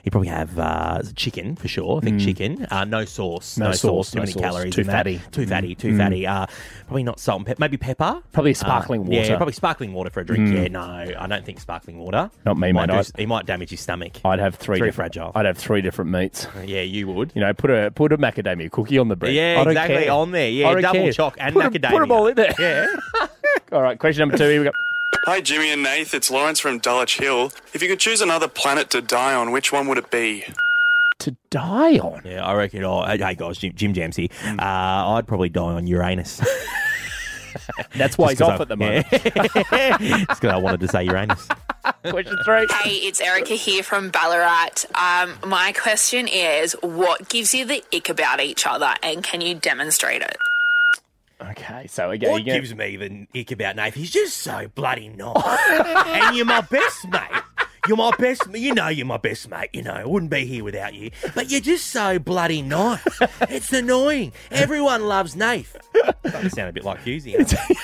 [SPEAKER 3] he'd probably have uh, chicken for sure. I think
[SPEAKER 2] Mm.
[SPEAKER 3] chicken. Uh, no sauce.
[SPEAKER 2] No
[SPEAKER 3] No,
[SPEAKER 2] sauce,
[SPEAKER 3] Too
[SPEAKER 2] no
[SPEAKER 3] many
[SPEAKER 2] sauce.
[SPEAKER 3] calories.
[SPEAKER 2] Too
[SPEAKER 3] in that.
[SPEAKER 2] fatty.
[SPEAKER 3] Too fatty. Too
[SPEAKER 2] Mm.
[SPEAKER 3] fatty. Uh, probably not salt and pepper. Maybe pepper.
[SPEAKER 2] Probably
[SPEAKER 3] Uh,
[SPEAKER 2] sparkling water.
[SPEAKER 3] Yeah, probably sparkling water for a drink.
[SPEAKER 2] Mm.
[SPEAKER 3] Yeah, no, I don't think sparkling water.
[SPEAKER 2] Not me,
[SPEAKER 3] might
[SPEAKER 2] mate.
[SPEAKER 3] do-
[SPEAKER 2] I'd-
[SPEAKER 3] he might damage his stomach.
[SPEAKER 2] I'd have three.
[SPEAKER 3] Three
[SPEAKER 2] different-
[SPEAKER 3] fragile. Uh,
[SPEAKER 2] I'd have three different meats.
[SPEAKER 3] Yeah, you would.
[SPEAKER 2] You know, put a put a macadamia cookie on the bread.
[SPEAKER 3] Yeah,
[SPEAKER 2] I don't
[SPEAKER 3] exactly.
[SPEAKER 2] care.
[SPEAKER 3] On there, yeah,
[SPEAKER 2] I don't
[SPEAKER 3] double
[SPEAKER 2] care.
[SPEAKER 3] chock and
[SPEAKER 2] put 'em-
[SPEAKER 3] macadamia.
[SPEAKER 2] put 'em all in there.
[SPEAKER 3] Yeah.
[SPEAKER 2] all right. Question number two. Here we go.
[SPEAKER 5] Hi, Jimmy and Nath. It's Lawrence from Dulwich Hill. If you could choose another planet to die on, which one would it be?
[SPEAKER 2] To die on. Mm.
[SPEAKER 3] Yeah, I reckon. Oh, hey guys, Jim, Jim Jams here. Uh, I'd probably die on Uranus.
[SPEAKER 2] That's why
[SPEAKER 3] Just
[SPEAKER 2] he's
[SPEAKER 3] 'cause
[SPEAKER 2] off
[SPEAKER 3] I-
[SPEAKER 2] at the moment.
[SPEAKER 3] Yeah. Just because I wanted to say Uranus.
[SPEAKER 2] Question three.
[SPEAKER 7] Hey, it's Erica here from Ballarat. Um, my question is, what gives you the ick about each other, and can you demonstrate it?
[SPEAKER 2] Okay, so again,
[SPEAKER 3] What
[SPEAKER 2] you're gonna-
[SPEAKER 3] gives me the ick about Nath? He's just so bloody nice. and you're my best mate. You're my best ma- You know you're my best mate. You know, I wouldn't be here without you. But you're just so bloody nice. it's annoying. Everyone loves Nath. Doesn't sound a bit like Husey.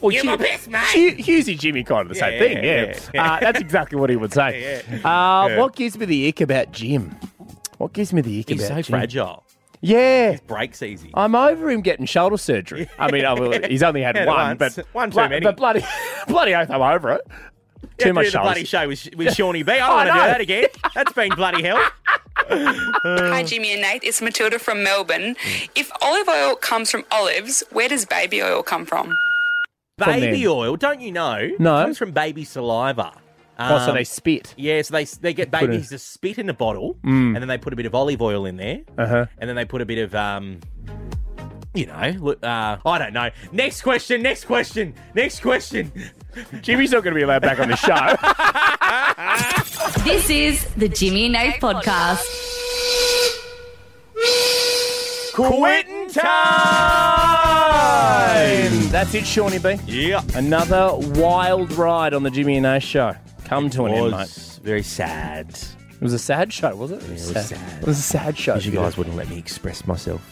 [SPEAKER 2] Well,
[SPEAKER 3] You're
[SPEAKER 2] Hugh-
[SPEAKER 3] my best mate.
[SPEAKER 2] Hugh- Hughes and Jimmy kind of the
[SPEAKER 3] Yeah,
[SPEAKER 2] same thing.
[SPEAKER 3] yeah,
[SPEAKER 2] Yeah,
[SPEAKER 3] yeah, yeah.
[SPEAKER 2] Uh, that's exactly what he would say. Uh,
[SPEAKER 3] Yeah.
[SPEAKER 2] What gives me the ick about Jim? What gives me the ick
[SPEAKER 3] He's
[SPEAKER 2] about
[SPEAKER 3] so
[SPEAKER 2] Jim?
[SPEAKER 3] fragile.
[SPEAKER 2] Yeah,
[SPEAKER 3] Breaks easy.
[SPEAKER 2] I'm over him getting shoulder surgery. I mean, I will, he's only had
[SPEAKER 3] Had it
[SPEAKER 2] one,
[SPEAKER 3] once.
[SPEAKER 2] but
[SPEAKER 3] One too
[SPEAKER 2] blo-
[SPEAKER 3] many.
[SPEAKER 2] But bloody, bloody oath, I'm over it.
[SPEAKER 3] Yeah,
[SPEAKER 2] Too much
[SPEAKER 3] do the
[SPEAKER 2] shoulder.
[SPEAKER 3] bloody show with, with Shawnee B. I
[SPEAKER 2] I
[SPEAKER 3] don't want to do
[SPEAKER 2] know.
[SPEAKER 3] that again. That's been bloody hell.
[SPEAKER 24] Hi, Jimmy and Nate. It's Matilda from Melbourne.
[SPEAKER 3] Mm.
[SPEAKER 24] If olive oil comes from olives, where does baby oil come from?
[SPEAKER 2] From
[SPEAKER 3] Baby
[SPEAKER 2] them.
[SPEAKER 3] oil, don't you know?
[SPEAKER 2] No.
[SPEAKER 3] It comes from baby saliva. Um,
[SPEAKER 2] Oh, so they spit.
[SPEAKER 3] Yeah, so they they get
[SPEAKER 2] Put a-
[SPEAKER 3] babies to spit in a bottle,
[SPEAKER 2] Mm.
[SPEAKER 3] and then they put a bit of olive oil in there,
[SPEAKER 2] Uh huh.
[SPEAKER 3] and then they put a bit of um, you know, look, uh, I don't know. Next question. Next question. Next question.
[SPEAKER 2] Jimmy's not going to be allowed back on the show.
[SPEAKER 1] This is the Jimmy and Nath podcast.
[SPEAKER 2] Quitting time. That's it, Shawnee B.
[SPEAKER 3] Yeah.
[SPEAKER 2] Another wild ride on the Jimmy and Ash show. Come to an end,
[SPEAKER 3] was
[SPEAKER 2] mate.
[SPEAKER 3] Very sad. It
[SPEAKER 2] was a sad show, was it? Yeah,
[SPEAKER 3] It was sad.
[SPEAKER 2] It was a sad show.
[SPEAKER 3] You guys wouldn't let me express myself.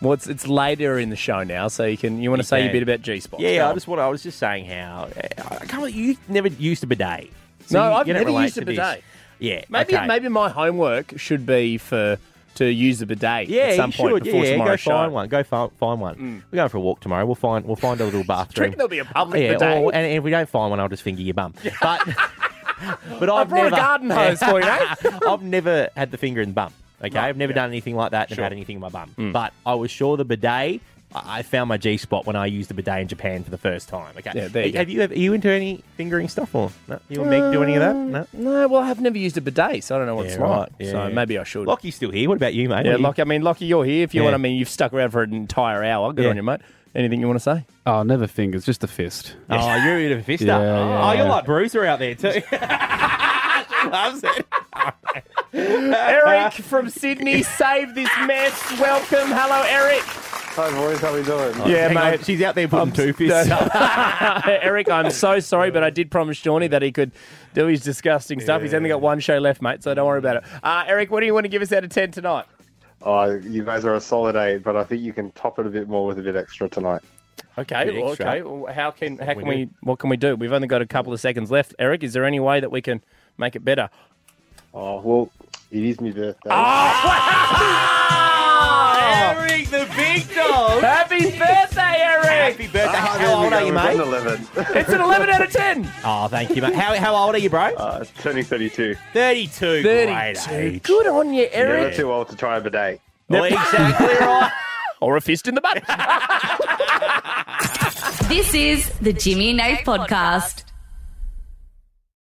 [SPEAKER 2] Well, it's, it's later in the show now, so you can you want to say your
[SPEAKER 3] can.
[SPEAKER 2] bit about G spots?
[SPEAKER 3] Yeah, I just want. I was just saying how I can't. believe You never used a bidet.
[SPEAKER 2] No,
[SPEAKER 3] you-
[SPEAKER 2] I've
[SPEAKER 3] you don't
[SPEAKER 2] never
[SPEAKER 3] relate
[SPEAKER 2] used a
[SPEAKER 3] to this.
[SPEAKER 2] bidet.
[SPEAKER 3] Yeah,
[SPEAKER 2] Maybe
[SPEAKER 3] okay.
[SPEAKER 2] maybe my homework should be for to use the bidet
[SPEAKER 3] Yeah,
[SPEAKER 2] at some
[SPEAKER 3] you
[SPEAKER 2] point
[SPEAKER 3] should.
[SPEAKER 2] before
[SPEAKER 3] yeah,
[SPEAKER 2] tomorrow's
[SPEAKER 3] go
[SPEAKER 2] show. Mm.
[SPEAKER 3] find one. Go find, find one. We're going for a walk tomorrow. We'll find we'll find a little bathroom.
[SPEAKER 2] reckon there'll be a public
[SPEAKER 3] yeah,
[SPEAKER 2] bidet?
[SPEAKER 3] or- and if we don't find one, I'll just finger your bum. But but
[SPEAKER 2] I
[SPEAKER 3] I've
[SPEAKER 2] brought
[SPEAKER 3] never,
[SPEAKER 2] a garden hose for you,
[SPEAKER 3] eh?
[SPEAKER 2] eh? mate.
[SPEAKER 3] I've never had the finger in the bum. Okay, I've never done anything like that. Never
[SPEAKER 2] Sure. Hmm.
[SPEAKER 3] had anything in my bum. But I was sure the bidet. I I found my G spot when I used the bidet in Japan for the first time. Okay,
[SPEAKER 2] Yeah, there you go. Uh,
[SPEAKER 3] have you ever, are you into any fingering stuff or no? you and Meg do any of that? No.
[SPEAKER 2] Um, No, well, I've never used a bidet, so I don't know what it's
[SPEAKER 3] Yeah, right.
[SPEAKER 2] like.
[SPEAKER 3] Yeah,
[SPEAKER 2] so
[SPEAKER 3] yeah.
[SPEAKER 2] maybe I should.
[SPEAKER 3] Lockie's still here. What about you, mate?
[SPEAKER 2] Yeah,
[SPEAKER 3] What you-
[SPEAKER 2] Lockie, I mean, Lockie, you're here. If you
[SPEAKER 3] Yeah.
[SPEAKER 2] want, I mean, you've stuck around for an entire hour. Good
[SPEAKER 19] Yeah.
[SPEAKER 2] on you, mate. Anything you want to say?
[SPEAKER 19] Oh, never fingers, just a fist.
[SPEAKER 3] Oh, you're a bit of a fister.
[SPEAKER 19] Yeah,
[SPEAKER 3] oh,
[SPEAKER 19] yeah,
[SPEAKER 3] you're
[SPEAKER 19] yeah.
[SPEAKER 3] like Bruiser out there too. she loves it.
[SPEAKER 2] Eric from Sydney, save this mess. Welcome. Hello, Eric.
[SPEAKER 8] Hi boys, how we doing?
[SPEAKER 2] yeah, mate.
[SPEAKER 3] Oh, she's out there putting two fists.
[SPEAKER 2] Eric, I'm so sorry, but I did promise Shawnee that he could do his disgusting stuff. He's only got one show left, mate, so don't worry about it. Uh, Eric, what do you want to give us out of 10 tonight?
[SPEAKER 8] Oh, you guys are a solid eight, but I think you can top it a bit more with a bit extra tonight.
[SPEAKER 2] Okay,
[SPEAKER 8] Bit
[SPEAKER 2] well,
[SPEAKER 8] extra.
[SPEAKER 2] okay. Well, how can how
[SPEAKER 8] We
[SPEAKER 2] can we,
[SPEAKER 8] do.
[SPEAKER 2] what can we do? We've only got a couple of seconds left. Eric, is there any way that we can make it better?
[SPEAKER 8] Oh well, it is my birthday.
[SPEAKER 3] Oh, Eric the big dog.
[SPEAKER 2] Happy birthday, Eric.
[SPEAKER 3] Happy birthday. How old are you, mate?
[SPEAKER 2] It's an 11 out of 10.
[SPEAKER 3] Oh, thank you, mate. How, how old are you, bro?
[SPEAKER 8] Uh, turning 32.
[SPEAKER 3] 32. Great
[SPEAKER 2] 32.
[SPEAKER 3] age.
[SPEAKER 2] Good on you,
[SPEAKER 8] Never
[SPEAKER 2] Eric.
[SPEAKER 8] too old to try a bidet.
[SPEAKER 2] Well,
[SPEAKER 3] exactly right.
[SPEAKER 2] or a fist in the butt.
[SPEAKER 1] This is the Jimmy and Nate podcast.